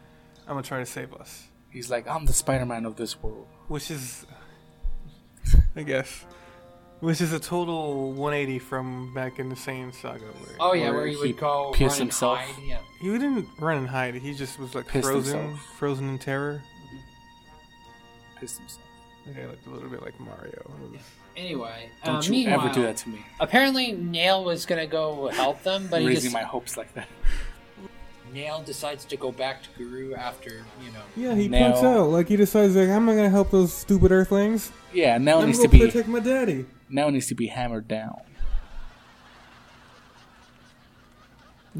[SPEAKER 1] I'm gonna try to save us."
[SPEAKER 3] He's like, "I'm the Spider-Man of this world."
[SPEAKER 1] Which is, I guess, which is a total 180 from back in the Saiyan saga. Where
[SPEAKER 2] Oh yeah,
[SPEAKER 3] Or
[SPEAKER 2] where he
[SPEAKER 3] he
[SPEAKER 2] would go
[SPEAKER 3] piss
[SPEAKER 2] run
[SPEAKER 3] himself.
[SPEAKER 2] And hide. Yeah.
[SPEAKER 1] he didn't run and hide. He just was like
[SPEAKER 3] Pissed
[SPEAKER 1] frozen,
[SPEAKER 3] himself.
[SPEAKER 1] frozen in terror.
[SPEAKER 3] Pissed himself.
[SPEAKER 1] Okay, like a little bit like Mario. It was-
[SPEAKER 2] Anyway,
[SPEAKER 3] Don't
[SPEAKER 2] uh,
[SPEAKER 3] you
[SPEAKER 2] meanwhile,
[SPEAKER 3] ever do that to me.
[SPEAKER 2] Apparently, Nail was gonna go help them, but he
[SPEAKER 3] Raising
[SPEAKER 2] just
[SPEAKER 3] my hopes like that.
[SPEAKER 2] Nail decides to go back to Guru after, you know.
[SPEAKER 4] Yeah, he
[SPEAKER 3] Now-
[SPEAKER 4] punks out. Like he decides, like I'm not gonna help those stupid Earthlings.
[SPEAKER 3] Yeah, now
[SPEAKER 4] I'm
[SPEAKER 3] needs
[SPEAKER 4] gonna
[SPEAKER 3] to be
[SPEAKER 4] protect my daddy.
[SPEAKER 3] now needs to be hammered down.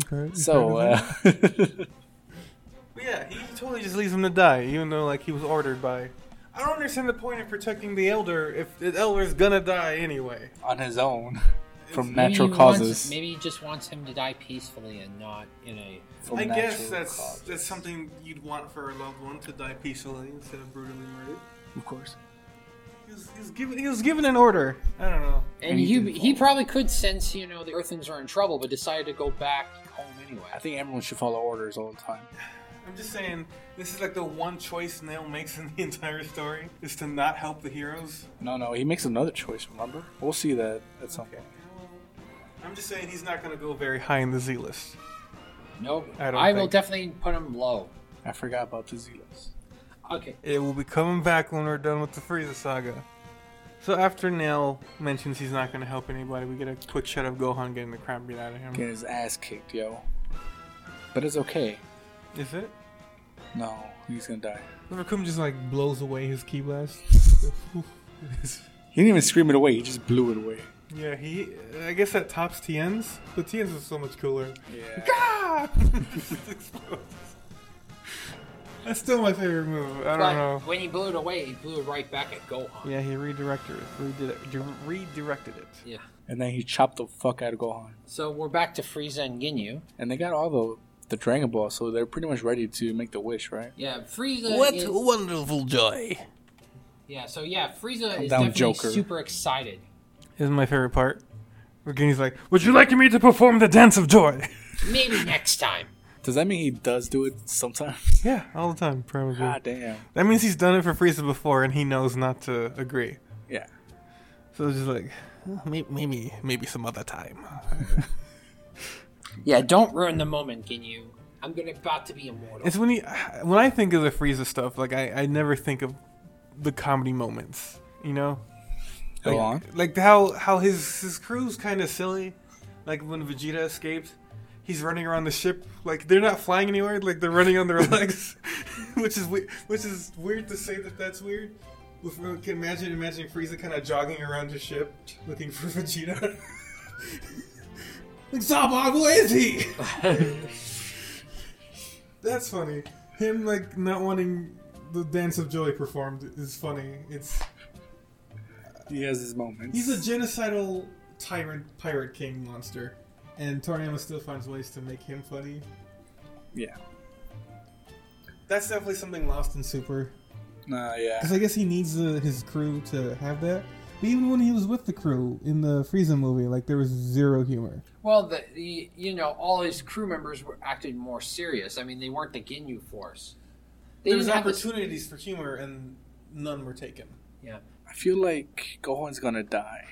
[SPEAKER 4] Okay.
[SPEAKER 3] So uh,
[SPEAKER 1] Yeah, he totally just leaves him to die, even though like he was ordered by. I don't understand the point of protecting the elder if the elder's gonna die anyway.
[SPEAKER 3] uh, on his own from
[SPEAKER 2] Maybe
[SPEAKER 3] natural
[SPEAKER 2] he wants-
[SPEAKER 3] causes.
[SPEAKER 2] maybe he just wants him to die peacefully and not in a.
[SPEAKER 3] From
[SPEAKER 1] I guess
[SPEAKER 3] natural
[SPEAKER 1] that's
[SPEAKER 3] causes.
[SPEAKER 1] that's something you'd want for a loved one to die peacefully instead of brutally murdered.
[SPEAKER 3] of course.
[SPEAKER 1] He was, he was given he was given an order. I don't know.
[SPEAKER 2] And he oh. he probably could sense you know the Earthlings are in trouble, but decided to go back home anyway.
[SPEAKER 3] I think everyone should follow orders all the time.
[SPEAKER 1] I'm just saying this is like the one choice Nail makes in the entire story is to not help the heroes.
[SPEAKER 3] No, no, he makes another choice. Remember, we'll see that at some point.
[SPEAKER 1] I'm just saying he's not gonna go very high in the Z list.
[SPEAKER 2] Nope.
[SPEAKER 1] I
[SPEAKER 2] I,
[SPEAKER 1] don't
[SPEAKER 2] will
[SPEAKER 1] think-
[SPEAKER 2] definitely put him low.
[SPEAKER 3] I forgot about the Zelos.
[SPEAKER 2] Okay.
[SPEAKER 1] It will be coming back when we're done with the Frieza saga. So after Nail mentions he's not going to help anybody, we get a quick shot of Gohan getting the crap beat out of him.
[SPEAKER 3] Get his ass kicked, yo. But it's okay.
[SPEAKER 1] Is it?
[SPEAKER 3] No, he's gonna die.
[SPEAKER 1] Rikum just like
[SPEAKER 4] blows away his key blast.
[SPEAKER 3] He didn't even scream it away. He just blew it away.
[SPEAKER 1] yeah he I guess that tops Tien's, but Tien's is so much cooler.
[SPEAKER 3] Yeah.
[SPEAKER 1] Ah! Just explodes. That's still my favorite move. I don't
[SPEAKER 2] But
[SPEAKER 1] know.
[SPEAKER 2] when he blew it away, he blew it right back at Gohan.
[SPEAKER 1] Yeah, he redirected it. Redid it di- redirected it.
[SPEAKER 2] Yeah.
[SPEAKER 3] And then he chopped the fuck out of Gohan.
[SPEAKER 2] So we're back to Frieza and Ginyu.
[SPEAKER 3] And they got all the the Dragon Ball, so they're pretty much ready to make the wish, right?
[SPEAKER 2] Yeah, Frieza. is-
[SPEAKER 1] wonderful joy!
[SPEAKER 2] yeah. So yeah, Frieza is
[SPEAKER 3] down,
[SPEAKER 2] definitely
[SPEAKER 3] Joker.
[SPEAKER 2] super excited.
[SPEAKER 1] This is my favorite part. Where Ginny's like, Would you like me to perform the dance of joy?
[SPEAKER 2] Maybe next time.
[SPEAKER 3] Does that mean he does do it sometimes?
[SPEAKER 1] Yeah, all the time, probably.
[SPEAKER 3] God damn.
[SPEAKER 1] That means he's done it for Frieza before, and he knows not to agree.
[SPEAKER 3] Yeah.
[SPEAKER 1] So it's just like, maybe, maybe, maybe some other time.
[SPEAKER 2] Yeah. Don't ruin the moment, Ginyu. I'm gonna about to be immortal.
[SPEAKER 1] It's when he, when I think of the Frieza stuff, like I, I never think of the comedy moments, you know,
[SPEAKER 3] Go on.
[SPEAKER 1] like how how his his crew's kind of silly, like when Vegeta escaped. He's running around the ship like they're not flying anywhere. Like they're running on their legs, which is we- which is weird to say that that's weird. If we can imagine imagining Frieza kind of jogging around the ship looking for Vegeta. like Zabog, where is he?
[SPEAKER 4] That's funny. Him like not wanting the dance of joy performed is funny. It's
[SPEAKER 3] He has his moments.
[SPEAKER 4] he's a genocidal tyrant pirate king monster, and Toriyama still finds ways to make him funny.
[SPEAKER 3] yeah.
[SPEAKER 1] That's definitely something lost.
[SPEAKER 4] Lost in Super,
[SPEAKER 3] Nah, yeah.
[SPEAKER 4] because I guess he needs the, his crew to have that. But even when he was with the crew in the Frieza movie, like there was zero humor.
[SPEAKER 2] Well, the, the you know all his crew members were acted more serious. I mean, they weren't the Ginyu force. They
[SPEAKER 1] There was
[SPEAKER 2] didn't have this-
[SPEAKER 1] opportunities for humor, and none were taken.
[SPEAKER 2] Yeah.
[SPEAKER 3] I feel like Gohan's gonna die.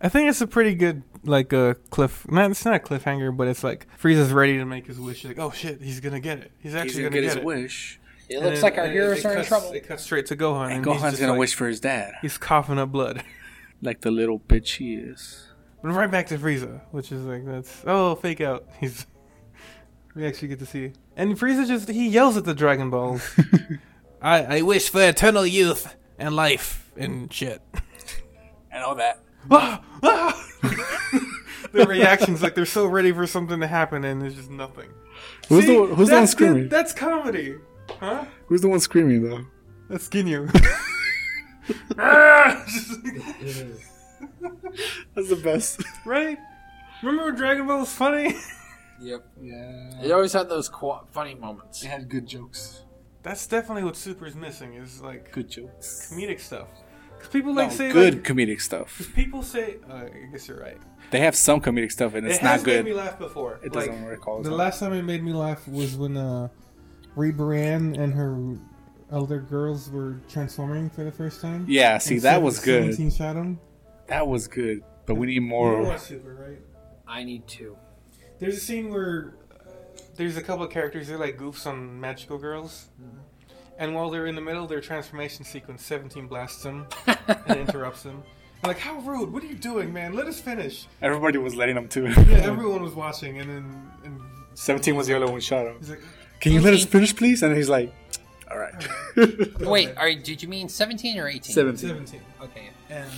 [SPEAKER 1] I think it's a pretty good like uh, cliff. Not it's not a cliffhanger, but it's like Frieza's ready to make his wish. Like oh shit, he's gonna get it. He's actually
[SPEAKER 3] He's gonna
[SPEAKER 1] gonna,
[SPEAKER 3] get his
[SPEAKER 1] it.
[SPEAKER 3] wish.
[SPEAKER 2] It
[SPEAKER 1] And
[SPEAKER 2] looks
[SPEAKER 1] then-
[SPEAKER 2] like our
[SPEAKER 1] and
[SPEAKER 2] heroes
[SPEAKER 1] it
[SPEAKER 2] are in
[SPEAKER 1] cuts-
[SPEAKER 2] trouble.
[SPEAKER 1] It cuts straight to Gohan, he's
[SPEAKER 3] And Gohan's
[SPEAKER 1] just
[SPEAKER 3] gonna
[SPEAKER 1] like-
[SPEAKER 3] wish for his dad.
[SPEAKER 1] He's coughing up blood.
[SPEAKER 3] Like the little bitch he is.
[SPEAKER 1] But right back to Frieza, which is like that's oh fake out. He's we actually get to see, and Frieza just he yells at the Dragon Balls. I I wish for eternal youth and life and shit.
[SPEAKER 3] And all that.
[SPEAKER 1] Ah! Ah! Their reactions like they're so ready for something to happen and there's just nothing.
[SPEAKER 3] Who's
[SPEAKER 1] See,
[SPEAKER 3] the one- who's the one
[SPEAKER 1] that's good-
[SPEAKER 3] screaming?
[SPEAKER 1] That's comedy, huh?
[SPEAKER 3] Who's the one screaming though?
[SPEAKER 1] That's Ginyu. Ah!
[SPEAKER 3] That's the best.
[SPEAKER 1] right? Remember when Dragon Ball was funny?
[SPEAKER 2] Yep.
[SPEAKER 3] Yeah.
[SPEAKER 2] They always had those qu- funny moments.
[SPEAKER 3] They had good jokes.
[SPEAKER 1] That's definitely what Super's missing is like
[SPEAKER 3] Good jokes.
[SPEAKER 1] comedic stuff. Because people like
[SPEAKER 3] No,
[SPEAKER 1] say
[SPEAKER 3] good
[SPEAKER 1] like,
[SPEAKER 3] comedic stuff.
[SPEAKER 1] people say uh, I guess you're right.
[SPEAKER 3] They have some comedic stuff, and it's
[SPEAKER 1] it
[SPEAKER 3] not
[SPEAKER 1] has
[SPEAKER 3] good.
[SPEAKER 1] made me laugh before.
[SPEAKER 3] it
[SPEAKER 1] like,
[SPEAKER 3] doesn't work all the
[SPEAKER 4] The
[SPEAKER 3] time.
[SPEAKER 4] last time it made me laugh was when uh, Rebrian and her elder girls were transforming for the first time.
[SPEAKER 3] yeah, see,
[SPEAKER 4] And
[SPEAKER 3] that
[SPEAKER 4] Seven-
[SPEAKER 3] was good.
[SPEAKER 4] Seventeen shot him.
[SPEAKER 3] That was good. But we need
[SPEAKER 4] You
[SPEAKER 3] more.
[SPEAKER 4] watch Super, right?
[SPEAKER 2] I need to.
[SPEAKER 1] There's a scene where uh, there's a couple of characters they're like goofs on magical girls, and while they're in the middle of their transformation sequence, Seventeen blasts them and interrupts them. I'm like, how rude! What are you doing, man? Let us finish.
[SPEAKER 3] Everybody was letting them too.
[SPEAKER 1] Yeah, everyone was watching, and then and
[SPEAKER 3] Seventeen was the other one shot him.
[SPEAKER 1] He's like,
[SPEAKER 3] Can you let us
[SPEAKER 2] 17?
[SPEAKER 3] finish, please? And he's like, "All right."
[SPEAKER 2] Wait, are, did you mean 17 or 18?
[SPEAKER 3] Seventeen.
[SPEAKER 1] 17.
[SPEAKER 2] Okay.
[SPEAKER 1] And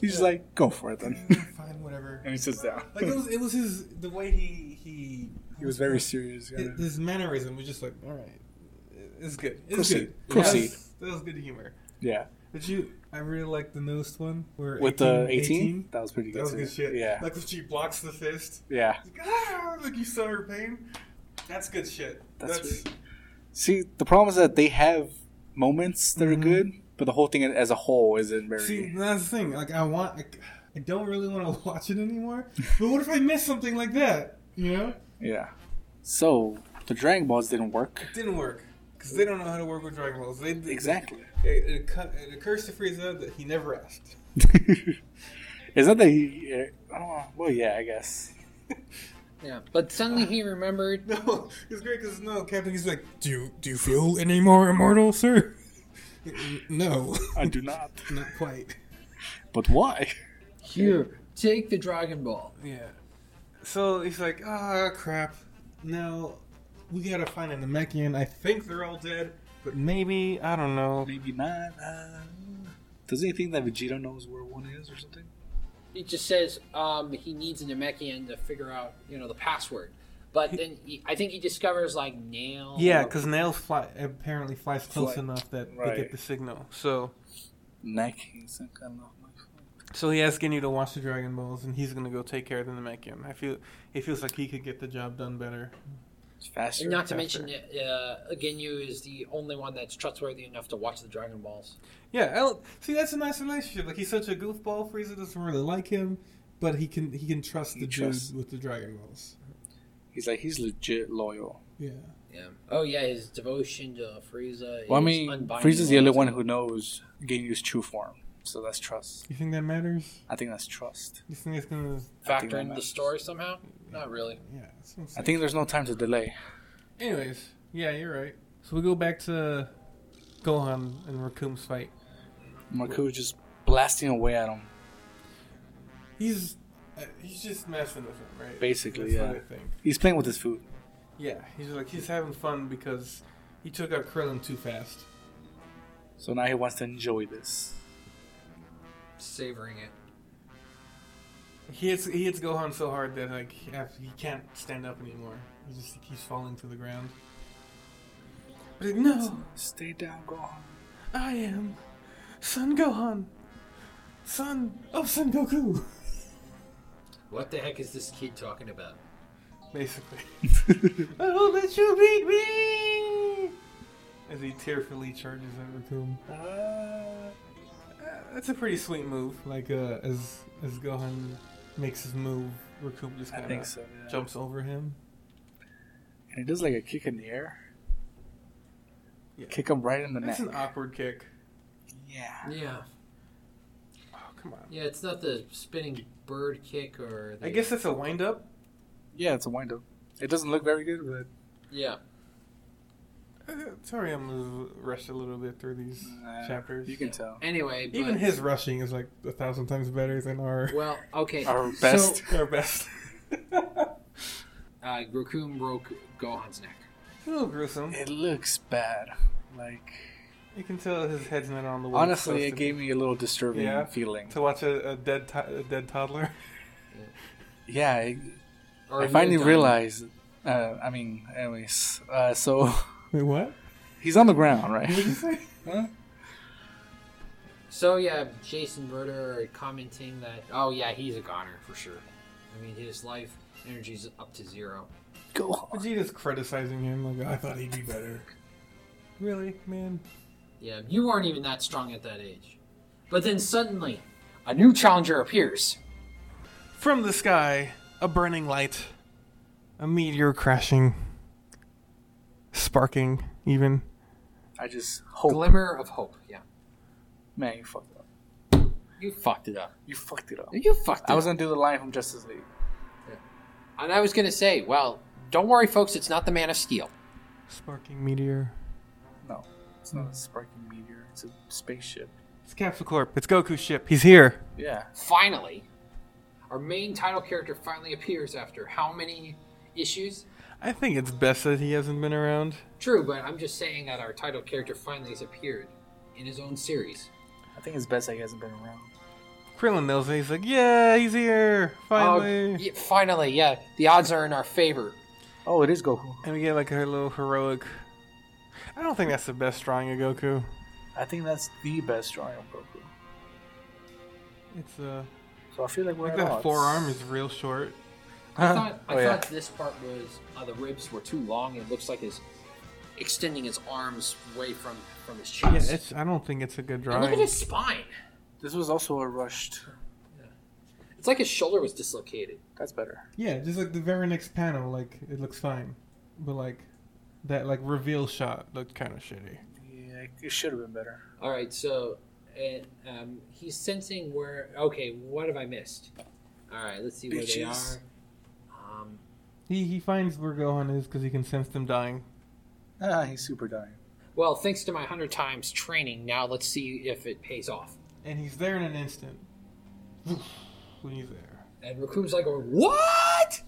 [SPEAKER 3] He's just like, "Go for it, then."
[SPEAKER 1] fine, whatever.
[SPEAKER 3] and he sits down.
[SPEAKER 1] Like it was, it was his the way he he
[SPEAKER 3] He was very serious.
[SPEAKER 1] hi- his mannerism was just like all right, it's good, it's
[SPEAKER 3] Proceed.
[SPEAKER 1] good.
[SPEAKER 3] Proceed.
[SPEAKER 1] That was, that was good humor.
[SPEAKER 3] Yeah,
[SPEAKER 1] But you, I really like the newest one where
[SPEAKER 3] with the eighteen, that was pretty good.
[SPEAKER 1] That was
[SPEAKER 3] too.
[SPEAKER 1] good shit.
[SPEAKER 3] Yeah,
[SPEAKER 1] Like when she blocks the fist.
[SPEAKER 3] yeah.
[SPEAKER 1] Like, ah, like you saw her pain. That's good shit.
[SPEAKER 3] That's
[SPEAKER 1] That's,
[SPEAKER 3] See, the problem is that they have moments that are good, but the whole thing as a whole isn't very.
[SPEAKER 1] see that's the thing. Like I want, like, I don't really want to watch it anymore. but what if I miss something like that? You know,
[SPEAKER 3] Yeah. So the Dragon Balls didn't work.
[SPEAKER 1] didn't work because they don't know how to work with Dragon Balls. They they-
[SPEAKER 3] Exactly.
[SPEAKER 1] It, it, occur- it occurs to Frieza that he never asked.
[SPEAKER 3] it's not that he. Uh, I don't know. Well, yeah, I guess.
[SPEAKER 2] Yeah. But suddenly he remembered
[SPEAKER 1] No, it's great because no, Captain. He's like,
[SPEAKER 6] Do you, do you feel any more immortal, sir?
[SPEAKER 1] no,
[SPEAKER 3] I do not.
[SPEAKER 1] not quite.
[SPEAKER 3] But why?
[SPEAKER 2] Here, take the Dragon Ball.
[SPEAKER 1] Yeah. So he's like, ah, crap. Now we gotta find a Namekian. I think they're all dead, but maybe I don't know.
[SPEAKER 3] Maybe not. Uh, does he think that Vegeta knows where one is or something?
[SPEAKER 2] He just says um, he needs a Namekian to figure out, you know, the password. But then he, I think he discovers like nail.
[SPEAKER 1] Yeah, because nails fly apparently flies close
[SPEAKER 3] Fly-
[SPEAKER 1] enough that
[SPEAKER 3] right.
[SPEAKER 1] they get the signal. So,
[SPEAKER 3] Neck. He's like, I don't know.
[SPEAKER 1] so he asks Ginyu to watch the Dragon Balls, and he's gonna go take care of the Namekian. I feel he feels like he could get the job done better.
[SPEAKER 3] It's faster.
[SPEAKER 2] And not to mention, uh, Ginyu is the only one that's trustworthy enough to watch the Dragon Balls.
[SPEAKER 1] Yeah, I don't, see, that's a nice relationship. Like he's such a goofball. Frieza doesn't really like him, but he can he can trust
[SPEAKER 3] He
[SPEAKER 1] the
[SPEAKER 3] trusts-
[SPEAKER 1] dude with the Dragon Balls.
[SPEAKER 3] He's like, he's legit loyal.
[SPEAKER 1] Yeah,
[SPEAKER 2] Yeah. Oh yeah, his devotion to Frieza.
[SPEAKER 3] Well, I
[SPEAKER 2] is
[SPEAKER 3] mean,
[SPEAKER 2] unbinding
[SPEAKER 3] Frieza's the only
[SPEAKER 2] loyalty.
[SPEAKER 3] one who knows Ginyu's true form. So that's trust.
[SPEAKER 1] you think that matters?
[SPEAKER 3] I think that's trust.
[SPEAKER 1] You think it's gonna?
[SPEAKER 3] I think
[SPEAKER 2] factor into
[SPEAKER 3] that
[SPEAKER 2] the
[SPEAKER 3] matters.
[SPEAKER 2] story somehow. Not really.
[SPEAKER 1] Yeah, that's what I'm
[SPEAKER 3] I
[SPEAKER 1] saying.
[SPEAKER 3] think there's no time to delay.
[SPEAKER 1] Anyways, yeah, you're right. So we go back to Gohan and Raccoon's fight.
[SPEAKER 3] Marku just blasting away at him.
[SPEAKER 1] He's uh, he's just messing with him, right?
[SPEAKER 3] Basically,
[SPEAKER 1] That's
[SPEAKER 3] yeah.
[SPEAKER 1] What I think.
[SPEAKER 3] He's playing with his food.
[SPEAKER 1] Yeah, he's like he's having fun because he took out Krillin too fast.
[SPEAKER 3] So now he wants to enjoy this.
[SPEAKER 2] Savoring it.
[SPEAKER 1] He hits he hits Gohan so hard that like he have- he can't stand up anymore. He just keeps falling to the ground. But like, no,
[SPEAKER 3] Stay down, Gohan.
[SPEAKER 1] I am Son Gohan, son of Son Goku.
[SPEAKER 2] What the heck is this kid talking about?
[SPEAKER 1] Basically, I will let Oh, you beat me. As he tearfully charges at Raccoon.
[SPEAKER 3] Uh,
[SPEAKER 1] Uh, that's a pretty sweet move. Like uh, as as Gohan makes his move, Raccoon just
[SPEAKER 3] I
[SPEAKER 1] kind
[SPEAKER 3] think
[SPEAKER 1] of
[SPEAKER 3] so. yeah.
[SPEAKER 1] jumps over him.
[SPEAKER 3] And he does like a kick in the air.
[SPEAKER 1] Yeah.
[SPEAKER 3] Kick him right in the
[SPEAKER 1] That's
[SPEAKER 3] neck.
[SPEAKER 1] an awkward kick.
[SPEAKER 3] yeah.
[SPEAKER 2] Yeah.
[SPEAKER 1] Oh come on.
[SPEAKER 2] Yeah, it's not the spinning bird kick or. The,
[SPEAKER 1] I guess that's a wind up.
[SPEAKER 3] Yeah, it's a wind up. It doesn't look very good, but
[SPEAKER 2] Yeah.
[SPEAKER 1] Uh, Sorry, I'm gonna rush a little bit through these
[SPEAKER 3] uh,
[SPEAKER 1] chapters.
[SPEAKER 3] you can tell.
[SPEAKER 2] Anyway, but,
[SPEAKER 1] Even his rushing is like a thousand times better than our
[SPEAKER 2] Well, okay.
[SPEAKER 3] Our best.
[SPEAKER 2] So,
[SPEAKER 1] our best. a
[SPEAKER 2] uh, Goku broke Gohan's neck.
[SPEAKER 1] little gruesome.
[SPEAKER 3] It looks bad. Like
[SPEAKER 1] You can tell his head's not on the way. it's
[SPEAKER 3] honestly,
[SPEAKER 1] supposed
[SPEAKER 3] it
[SPEAKER 1] to
[SPEAKER 3] gave
[SPEAKER 1] be.
[SPEAKER 3] me a little disturbing
[SPEAKER 1] Yeah.
[SPEAKER 3] feeling.
[SPEAKER 1] to watch a, a dead to- a dead toddler.
[SPEAKER 3] Yeah, I,
[SPEAKER 2] Or
[SPEAKER 3] I
[SPEAKER 2] he
[SPEAKER 3] finally
[SPEAKER 2] had done-
[SPEAKER 3] realized. Uh, I mean, anyways. Uh, so
[SPEAKER 1] Wait, what?
[SPEAKER 3] he's on the ground, right?
[SPEAKER 1] What did you say?
[SPEAKER 3] Huh?
[SPEAKER 2] So yeah, Jason Verder commenting that oh yeah, he's a goner for sure. I mean, his life energy's up to zero.
[SPEAKER 3] Go on.
[SPEAKER 1] Vegeta's criticizing him. Like,
[SPEAKER 6] I
[SPEAKER 1] I
[SPEAKER 6] thought he'd be better.
[SPEAKER 1] really, man.
[SPEAKER 2] Yeah, you weren't even that strong at that age. But then suddenly, a new challenger appears.
[SPEAKER 1] From the sky, a burning light, a meteor crashing, sparking even.
[SPEAKER 3] I just hope.
[SPEAKER 2] Glimmer of hope. Yeah,
[SPEAKER 3] Man, you fucked up.
[SPEAKER 2] you fucked it up.
[SPEAKER 3] You fucked it up.
[SPEAKER 2] You fucked it
[SPEAKER 3] I was
[SPEAKER 2] up.
[SPEAKER 3] gonna do the line from Justice League.
[SPEAKER 2] And I was gonna say, well, don't worry, folks. It's not the Man of Steel.
[SPEAKER 1] Sparking meteor.
[SPEAKER 3] No, it's not a sparking meteor. It's a spaceship.
[SPEAKER 1] It's Capsule Corp. It's Goku's ship. He's here.
[SPEAKER 3] Yeah.
[SPEAKER 2] Finally, our main title character finally appears after how many issues?
[SPEAKER 1] I think it's best that he hasn't been around.
[SPEAKER 2] True, but I'm just saying that our title character finally has appeared in his own series.
[SPEAKER 3] I think it's best that he hasn't been around.
[SPEAKER 1] Krillin knows it. He's like, yeah, he's here finally.
[SPEAKER 2] Oh, yeah, finally, yeah. The odds are in our favor.
[SPEAKER 3] Oh, it is Goku.
[SPEAKER 1] And we get like a little heroic. I don't think that's the best drawing of Goku.
[SPEAKER 3] I think that's the best drawing of Goku.
[SPEAKER 1] It's uh,
[SPEAKER 3] So I feel like we're
[SPEAKER 1] like
[SPEAKER 3] at
[SPEAKER 1] that
[SPEAKER 3] odds.
[SPEAKER 1] forearm is real short.
[SPEAKER 2] I thought I
[SPEAKER 3] Oh, yeah.
[SPEAKER 2] thought this part was uh, the ribs were too long. It looks like his extending his arms away from from his
[SPEAKER 1] Yeah,
[SPEAKER 2] chest.
[SPEAKER 1] it's. I don't think it's a good
[SPEAKER 2] and look at
[SPEAKER 1] drawing.
[SPEAKER 2] his spine.
[SPEAKER 3] This was also a rushed.
[SPEAKER 2] It's like his shoulder was dislocated.
[SPEAKER 3] That's better.
[SPEAKER 4] Yeah, just like the very next panel, like it looks fine,
[SPEAKER 1] But like, that like reveal shot looked kind of shitty.
[SPEAKER 3] Yeah, it should have been better.
[SPEAKER 2] All right, so and, um, he's sensing where. Okay, what have I missed? All right, let's see where they
[SPEAKER 3] Bitches.
[SPEAKER 2] are. Um,
[SPEAKER 1] He he finds where Gohan is because he can sense them dying.
[SPEAKER 3] Ah, he's super dying.
[SPEAKER 2] well, thanks to my hundred times training, now let's see if it pays off.
[SPEAKER 1] and he's there in an instant. When he's there,
[SPEAKER 2] And Raccoon's like, "What?"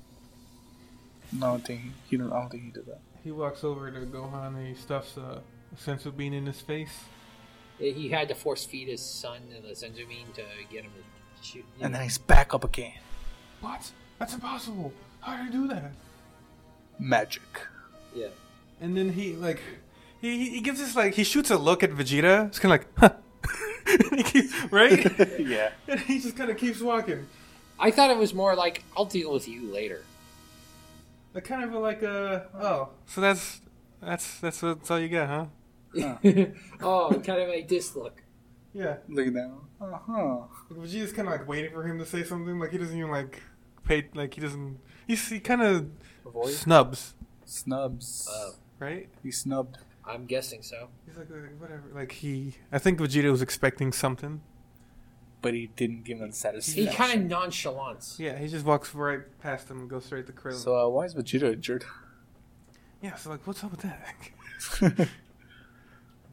[SPEAKER 3] No, I don't think he, he don't, I don't think he did that.
[SPEAKER 1] he walks over to Gohan and he stuffs a, a sensu bean in his face.
[SPEAKER 2] He had to force feed his son the Zenzumine to get him to shoot.
[SPEAKER 3] And then he's back up again.
[SPEAKER 1] What? That's impossible. How did you do that?
[SPEAKER 3] Magic.
[SPEAKER 2] yeah.
[SPEAKER 1] And then he like, he he- he gives this like he shoots a look at Vegeta. It's kind of like, huh. And he keeps- right?
[SPEAKER 3] yeah.
[SPEAKER 1] and he just kind of keeps walking.
[SPEAKER 2] I thought it was more like, "I'll deal with you later."
[SPEAKER 1] Like kind of like a oh. So that's that's that's that's all you got, huh?
[SPEAKER 2] oh, kind of like this look.
[SPEAKER 1] Yeah.
[SPEAKER 3] Look down. Uh huh.
[SPEAKER 1] Like, Vegeta's kind of like waiting for him to say something. Like he doesn't even like pay. Like he doesn't. He's, he kind of
[SPEAKER 3] Avoid
[SPEAKER 1] snubs,
[SPEAKER 3] snubs.
[SPEAKER 2] Oh,
[SPEAKER 1] right?
[SPEAKER 3] He snubbed.
[SPEAKER 2] I'm guessing so.
[SPEAKER 1] He's like, like, whatever. Like he, I think Vegeta was expecting something.
[SPEAKER 3] But he didn't give him the
[SPEAKER 2] He
[SPEAKER 3] satisfaction.
[SPEAKER 2] kind of nonchalance.
[SPEAKER 1] Yeah, he just walks right past him and goes straight to Krillin.
[SPEAKER 3] So uh, why is Vegeta injured?
[SPEAKER 1] yeah, so like, what's up with that?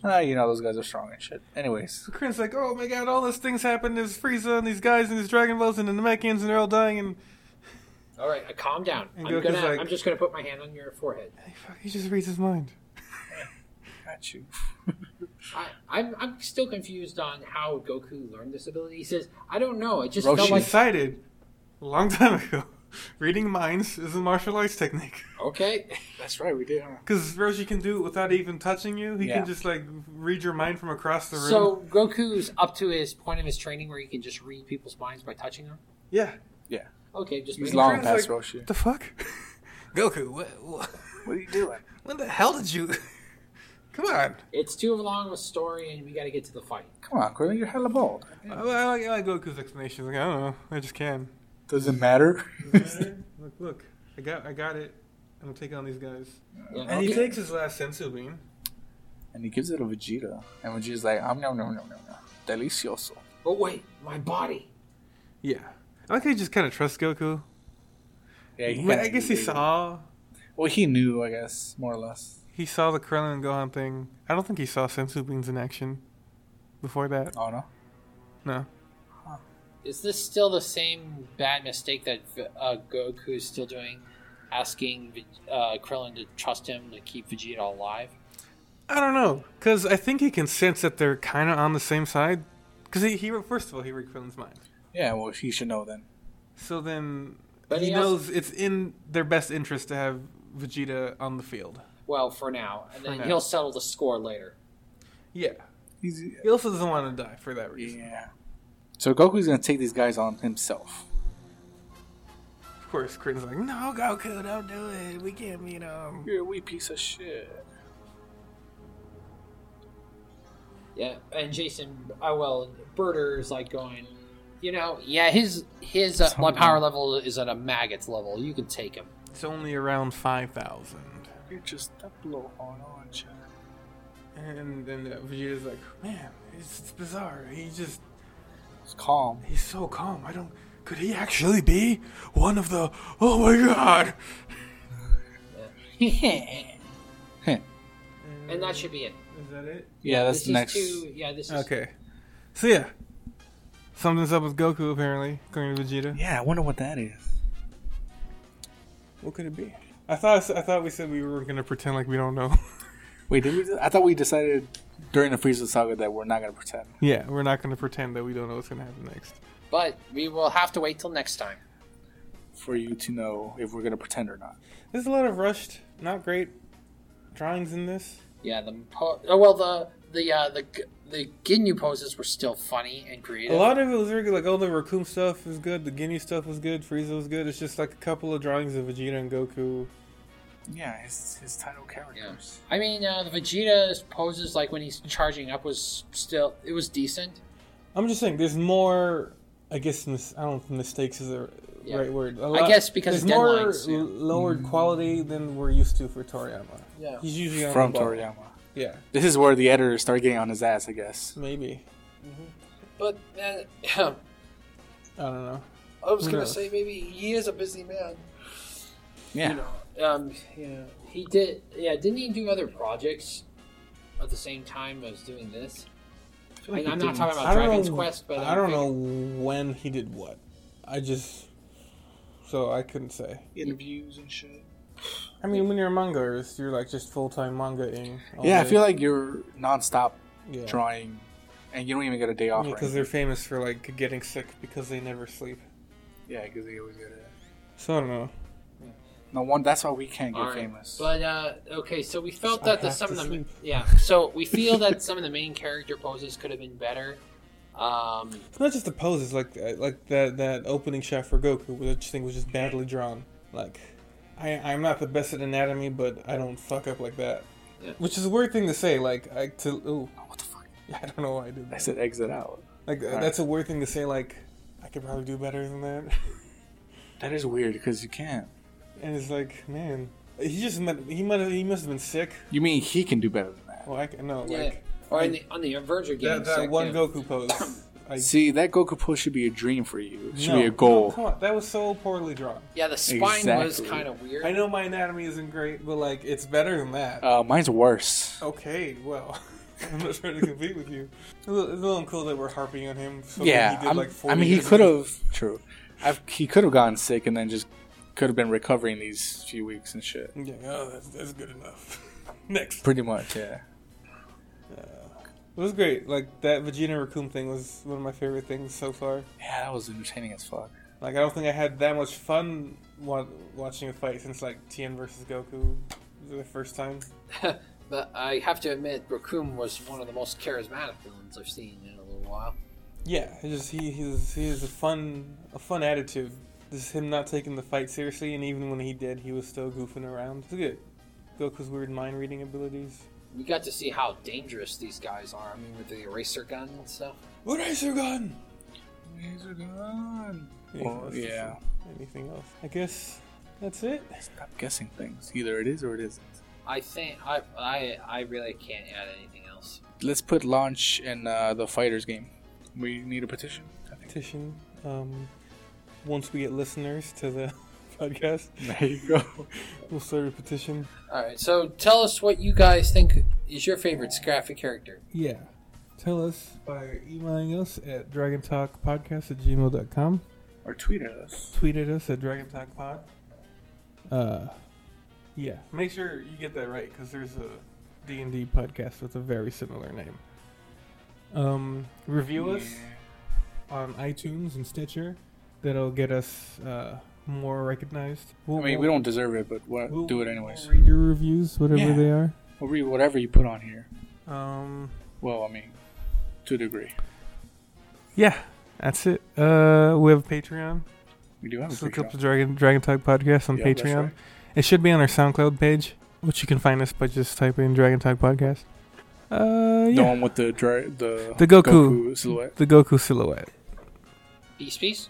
[SPEAKER 3] ah, you know those guys are strong and shit. Anyways,
[SPEAKER 1] So Krillin's like, oh my god, all those things happened. There's Frieza and these guys and these Dragon Balls and the Namekians and they're all dying. And
[SPEAKER 2] All right, uh, calm down.
[SPEAKER 1] And
[SPEAKER 2] I'm
[SPEAKER 1] Goku's
[SPEAKER 2] gonna.
[SPEAKER 1] like-
[SPEAKER 2] I'm just gonna put my hand on your forehead.
[SPEAKER 1] he, fuck, he just reads his mind.
[SPEAKER 3] got you.
[SPEAKER 2] I, I'm. I'm still confused on how Goku learned this ability. He says, "I don't know. It just
[SPEAKER 1] He
[SPEAKER 2] felt like."
[SPEAKER 3] Roshi.
[SPEAKER 1] decided a long time ago. Reading minds is a martial arts technique.
[SPEAKER 2] Okay.
[SPEAKER 3] That's right, we did. Huh?
[SPEAKER 1] Because Roshi can do it without even touching you. He
[SPEAKER 3] Yeah.
[SPEAKER 1] can just like read your mind from across the room.
[SPEAKER 2] So Goku's up to his point of his training where he can just read people's minds by touching them.
[SPEAKER 1] yeah.
[SPEAKER 3] Yeah,
[SPEAKER 2] Okay, just
[SPEAKER 3] he's
[SPEAKER 2] making
[SPEAKER 3] long
[SPEAKER 2] sure.
[SPEAKER 3] past
[SPEAKER 1] like-
[SPEAKER 3] Roshi.
[SPEAKER 1] The fuck? Goku, what, what,
[SPEAKER 3] What are you doing?
[SPEAKER 1] when the hell did you? Come on.
[SPEAKER 2] It's too long of a story, and we got to get to the fight.
[SPEAKER 3] Come on, Krillin, you're hella bald.
[SPEAKER 1] I, I like, I like Goku's explanations. Like, I don't know. I just can.
[SPEAKER 3] Does it matter?
[SPEAKER 1] Look, look. I got, I got it. I'm gonna take on these guys.
[SPEAKER 2] Yeah,
[SPEAKER 1] And he
[SPEAKER 2] okay.
[SPEAKER 1] takes his last sensu bean.
[SPEAKER 3] and he gives it to Vegeta, and Vegeta's like, "I'm no, no, no, no, no, delicioso."
[SPEAKER 2] Oh wait, my body.
[SPEAKER 1] Yeah. I like how he just kind of trusts Goku.
[SPEAKER 3] Yeah, he
[SPEAKER 1] But
[SPEAKER 3] kinda-
[SPEAKER 1] I guess he saw,
[SPEAKER 3] Well, he knew, I guess, more or less.
[SPEAKER 1] he saw the Krillin and Gohan thing. I don't think he saw sensu beans in action before that.
[SPEAKER 3] Oh no.
[SPEAKER 1] No.
[SPEAKER 2] Is this still the same bad mistake that uh, Goku is still doing, asking uh, Krillin to trust him to keep Vegeta alive?
[SPEAKER 1] I don't know, cause I think he can sense that they're kind of on the same side. Cause he, he, first of all, he read Krillin's mind.
[SPEAKER 3] Yeah, well, he should know then.
[SPEAKER 1] So then
[SPEAKER 2] But
[SPEAKER 1] he,
[SPEAKER 2] he also-
[SPEAKER 1] knows it's in their best interest to have Vegeta on the field.
[SPEAKER 2] Well, for now, and then
[SPEAKER 1] now.
[SPEAKER 2] he'll settle the score later.
[SPEAKER 1] Yeah.
[SPEAKER 3] He's
[SPEAKER 1] He also doesn't want to die for that reason.
[SPEAKER 3] yeah. So Goku's gonna take these guys on himself.
[SPEAKER 1] Of course, Critton's like, no, Goku, don't do it. We can't meet him.
[SPEAKER 3] You're a wee piece of shit.
[SPEAKER 2] Yeah, and Jason, uh, well, Birder is like going, you know, yeah, his his uh, blood power level is at a maggot's level. You can take him.
[SPEAKER 1] It's only around 5,000.
[SPEAKER 3] You're just a blow on on
[SPEAKER 1] And then uh, Vegeta's like, man, it's, it's bizarre. He just,
[SPEAKER 3] It's calm.
[SPEAKER 1] he's so calm. I don't, could he actually be one of the, oh my god.
[SPEAKER 2] and
[SPEAKER 3] Heh.
[SPEAKER 2] that should be it.
[SPEAKER 1] Is that it?
[SPEAKER 3] yeah, that's
[SPEAKER 2] this
[SPEAKER 3] the next.
[SPEAKER 2] Is too, yeah, this is
[SPEAKER 1] Okay. So yeah. Something's up with Goku, apparently, according to Vegeta.
[SPEAKER 3] Yeah, I wonder what that is.
[SPEAKER 1] What could it be? I thought I thought we said we were gonna pretend like we don't know.
[SPEAKER 3] Wait, did we? do- I thought we decided during the Frieza saga that we're not gonna pretend.
[SPEAKER 1] yeah, we're not gonna pretend that we don't know what's gonna happen next.
[SPEAKER 2] But we will have to wait till next time.
[SPEAKER 3] for you to know if we're gonna pretend or not.
[SPEAKER 1] There's a lot of rushed, not great drawings in this.
[SPEAKER 2] Yeah, the po- oh, well the the uh, the g- the Ginyu poses were still funny and
[SPEAKER 1] A
[SPEAKER 2] creative.
[SPEAKER 1] lot of it was very good. Like all the Raccoon stuff was good. The Guinea stuff was good. Frieza was good. It's just like a couple of drawings of Vegeta and Goku.
[SPEAKER 3] Yeah, his his title characters.
[SPEAKER 2] I mean, uh, the Vegeta's poses, like when he's charging up, was still it was decent.
[SPEAKER 1] I'm just saying, there's more. I guess mis- I don't know if mistakes is the
[SPEAKER 2] Yeah.
[SPEAKER 1] right word. A lot-
[SPEAKER 2] guess because
[SPEAKER 1] there's
[SPEAKER 2] of
[SPEAKER 1] more
[SPEAKER 2] deadlines, yeah.
[SPEAKER 1] l- lowered quality than we're used to for Toriyama.
[SPEAKER 2] Yeah.
[SPEAKER 1] He's usually on
[SPEAKER 3] From
[SPEAKER 1] the ball.
[SPEAKER 3] Toriyama.
[SPEAKER 1] Yeah,
[SPEAKER 3] This is where the editors start getting on his ass, I guess.
[SPEAKER 1] maybe.
[SPEAKER 2] But uh,
[SPEAKER 1] I don't know.
[SPEAKER 2] I was
[SPEAKER 1] Who
[SPEAKER 2] gonna
[SPEAKER 1] knows?
[SPEAKER 2] say maybe he is a busy man.
[SPEAKER 3] Yeah.
[SPEAKER 2] You know, um, yeah, he did. Yeah, didn't he do other projects at the same time as doing this? And I'm not talking about
[SPEAKER 1] I don't
[SPEAKER 2] Dragon's
[SPEAKER 1] know-
[SPEAKER 2] Quest, but
[SPEAKER 1] I
[SPEAKER 2] I'm
[SPEAKER 1] don't
[SPEAKER 2] thinking-
[SPEAKER 1] know when he did what. I just so I couldn't say.
[SPEAKER 3] Interviews and shit.
[SPEAKER 1] I mean, when you're a manga artist, you're like just full time mangaing. all
[SPEAKER 3] Yeah, I
[SPEAKER 1] day.
[SPEAKER 3] feel like you're nonstop
[SPEAKER 1] yeah.
[SPEAKER 3] drawing, and you don't even get a day off.
[SPEAKER 1] because
[SPEAKER 3] right?
[SPEAKER 1] they're famous for like getting sick because they never sleep.
[SPEAKER 3] Yeah, because they always get it.
[SPEAKER 1] So I don't know.
[SPEAKER 3] No one. That's why we can't get
[SPEAKER 2] All right.
[SPEAKER 3] famous.
[SPEAKER 2] But uh, okay, so we felt
[SPEAKER 1] I
[SPEAKER 2] that the,
[SPEAKER 1] have
[SPEAKER 2] some
[SPEAKER 1] to
[SPEAKER 2] of the
[SPEAKER 1] sleep.
[SPEAKER 2] yeah, so we feel that some of the main character poses could have been better. Um,
[SPEAKER 1] It's not just the poses, like uh, like that that opening shot for Goku, which I think was just badly drawn. Like, I I'm not the best at anatomy, but I don't fuck up like that.
[SPEAKER 2] Yeah.
[SPEAKER 1] Which is a weird thing to say. Like, I to ooh,
[SPEAKER 3] Oh, what the fuck?
[SPEAKER 1] I don't know why I did
[SPEAKER 3] I
[SPEAKER 1] that.
[SPEAKER 3] said exit out.
[SPEAKER 1] Like uh,
[SPEAKER 3] Alright.
[SPEAKER 1] that's a weird thing to say. Like I could probably do better than that.
[SPEAKER 3] That is weird because you can't.
[SPEAKER 1] And it's like, man, he just met, he might have, he must have been sick.
[SPEAKER 3] You mean he can do better than that?
[SPEAKER 1] Well, I can, no,
[SPEAKER 2] yeah,
[SPEAKER 1] like
[SPEAKER 2] or in the, on the Verge
[SPEAKER 1] that,
[SPEAKER 2] of Games,
[SPEAKER 1] that
[SPEAKER 2] like,
[SPEAKER 1] one
[SPEAKER 2] yeah.
[SPEAKER 1] Goku pose. I,
[SPEAKER 3] See, that Goku pose should be a dream for you. It should
[SPEAKER 1] no,
[SPEAKER 3] be a
[SPEAKER 1] no,
[SPEAKER 3] goal.
[SPEAKER 1] come on, that was so poorly drawn.
[SPEAKER 2] Yeah, the spine was
[SPEAKER 3] Exactly.
[SPEAKER 2] kind of weird.
[SPEAKER 1] I know my anatomy isn't great, but like it's better than that.
[SPEAKER 3] uh, mine's worse.
[SPEAKER 1] Oh, okay, well. I'm not trying to compete with you. It's a little, it's a little uncool that we're harping on him. So
[SPEAKER 3] yeah, I'm- I
[SPEAKER 1] 40
[SPEAKER 3] mean, he
[SPEAKER 1] years
[SPEAKER 3] could
[SPEAKER 1] ago.
[SPEAKER 3] have. True, I've, he could have gotten sick and then just could have been recovering these few weeks and shit.
[SPEAKER 1] Yeah, oh, that's, that's good enough. Next.
[SPEAKER 3] Pretty much, yeah.
[SPEAKER 1] It was great. Like, that Vegeta Raccoon thing was one of my favorite things so far.
[SPEAKER 3] Yeah, that was entertaining as fuck.
[SPEAKER 1] Like I don't think I had that much fun wa- watching a fight since like Tien versus Goku the first time.
[SPEAKER 2] But I have to admit, Raccoon was one of the most charismatic villains I've seen in a little while.
[SPEAKER 1] Yeah, it's just he he's he has a fun a fun attitude. This is him not taking the fight seriously, and even when he did, he was still goofing around. It's good. Goku's weird mind reading abilities.
[SPEAKER 2] We got to see how dangerous these guys are. I mean, with the eraser gun and stuff.
[SPEAKER 1] What is your gun?
[SPEAKER 3] Laser gun. Well,
[SPEAKER 1] Anything
[SPEAKER 3] yeah,
[SPEAKER 1] else? Anything else? I guess that's it.
[SPEAKER 3] stop guessing things. Either it is or it isn't.
[SPEAKER 2] I think I I, I really can't add anything else.
[SPEAKER 3] Let's put launch in uh, the fighters game. We need a petition. I think.
[SPEAKER 1] Petition. Um, once we get listeners to the podcast,
[SPEAKER 3] There you go.
[SPEAKER 1] we'll start a petition.
[SPEAKER 2] All right, so tell us what you guys think is your favorite Scrappy character.
[SPEAKER 4] Yeah.
[SPEAKER 1] Tell us by emailing us at dragontalkpodcast at gmail.com.
[SPEAKER 3] or tweet at us.
[SPEAKER 1] Tweet at us at dragontalkpod. Uh, yeah. Make sure you get that right because there's a D&D podcast with a very similar name. Um, review us on iTunes and Stitcher. That'll get us uh, more recognized.
[SPEAKER 3] I
[SPEAKER 1] We'll,
[SPEAKER 3] mean, we don't deserve it, but what,
[SPEAKER 1] we'll-
[SPEAKER 3] do it anyways.
[SPEAKER 1] we'll read your reviews, whatever
[SPEAKER 3] Yeah.
[SPEAKER 1] they are.
[SPEAKER 3] We'll read whatever you put on here.
[SPEAKER 1] Um,
[SPEAKER 3] Well, I mean, to a degree.
[SPEAKER 1] yeah, that's it. Uh, we have a Patreon.
[SPEAKER 3] We do have
[SPEAKER 1] Just
[SPEAKER 3] a
[SPEAKER 1] look up
[SPEAKER 3] Patreon.
[SPEAKER 1] the Dragon Dragon Talk podcast on
[SPEAKER 3] Yeah, that's
[SPEAKER 1] Patreon.
[SPEAKER 3] right.
[SPEAKER 1] It should be on our SoundCloud page, which you can find us by just typing Dragon Talk Podcast. Uh,
[SPEAKER 3] The
[SPEAKER 1] yeah.
[SPEAKER 3] one with the dra- the
[SPEAKER 1] The Goku.
[SPEAKER 3] silhouette.
[SPEAKER 1] The Goku silhouette.
[SPEAKER 2] Peace, peace.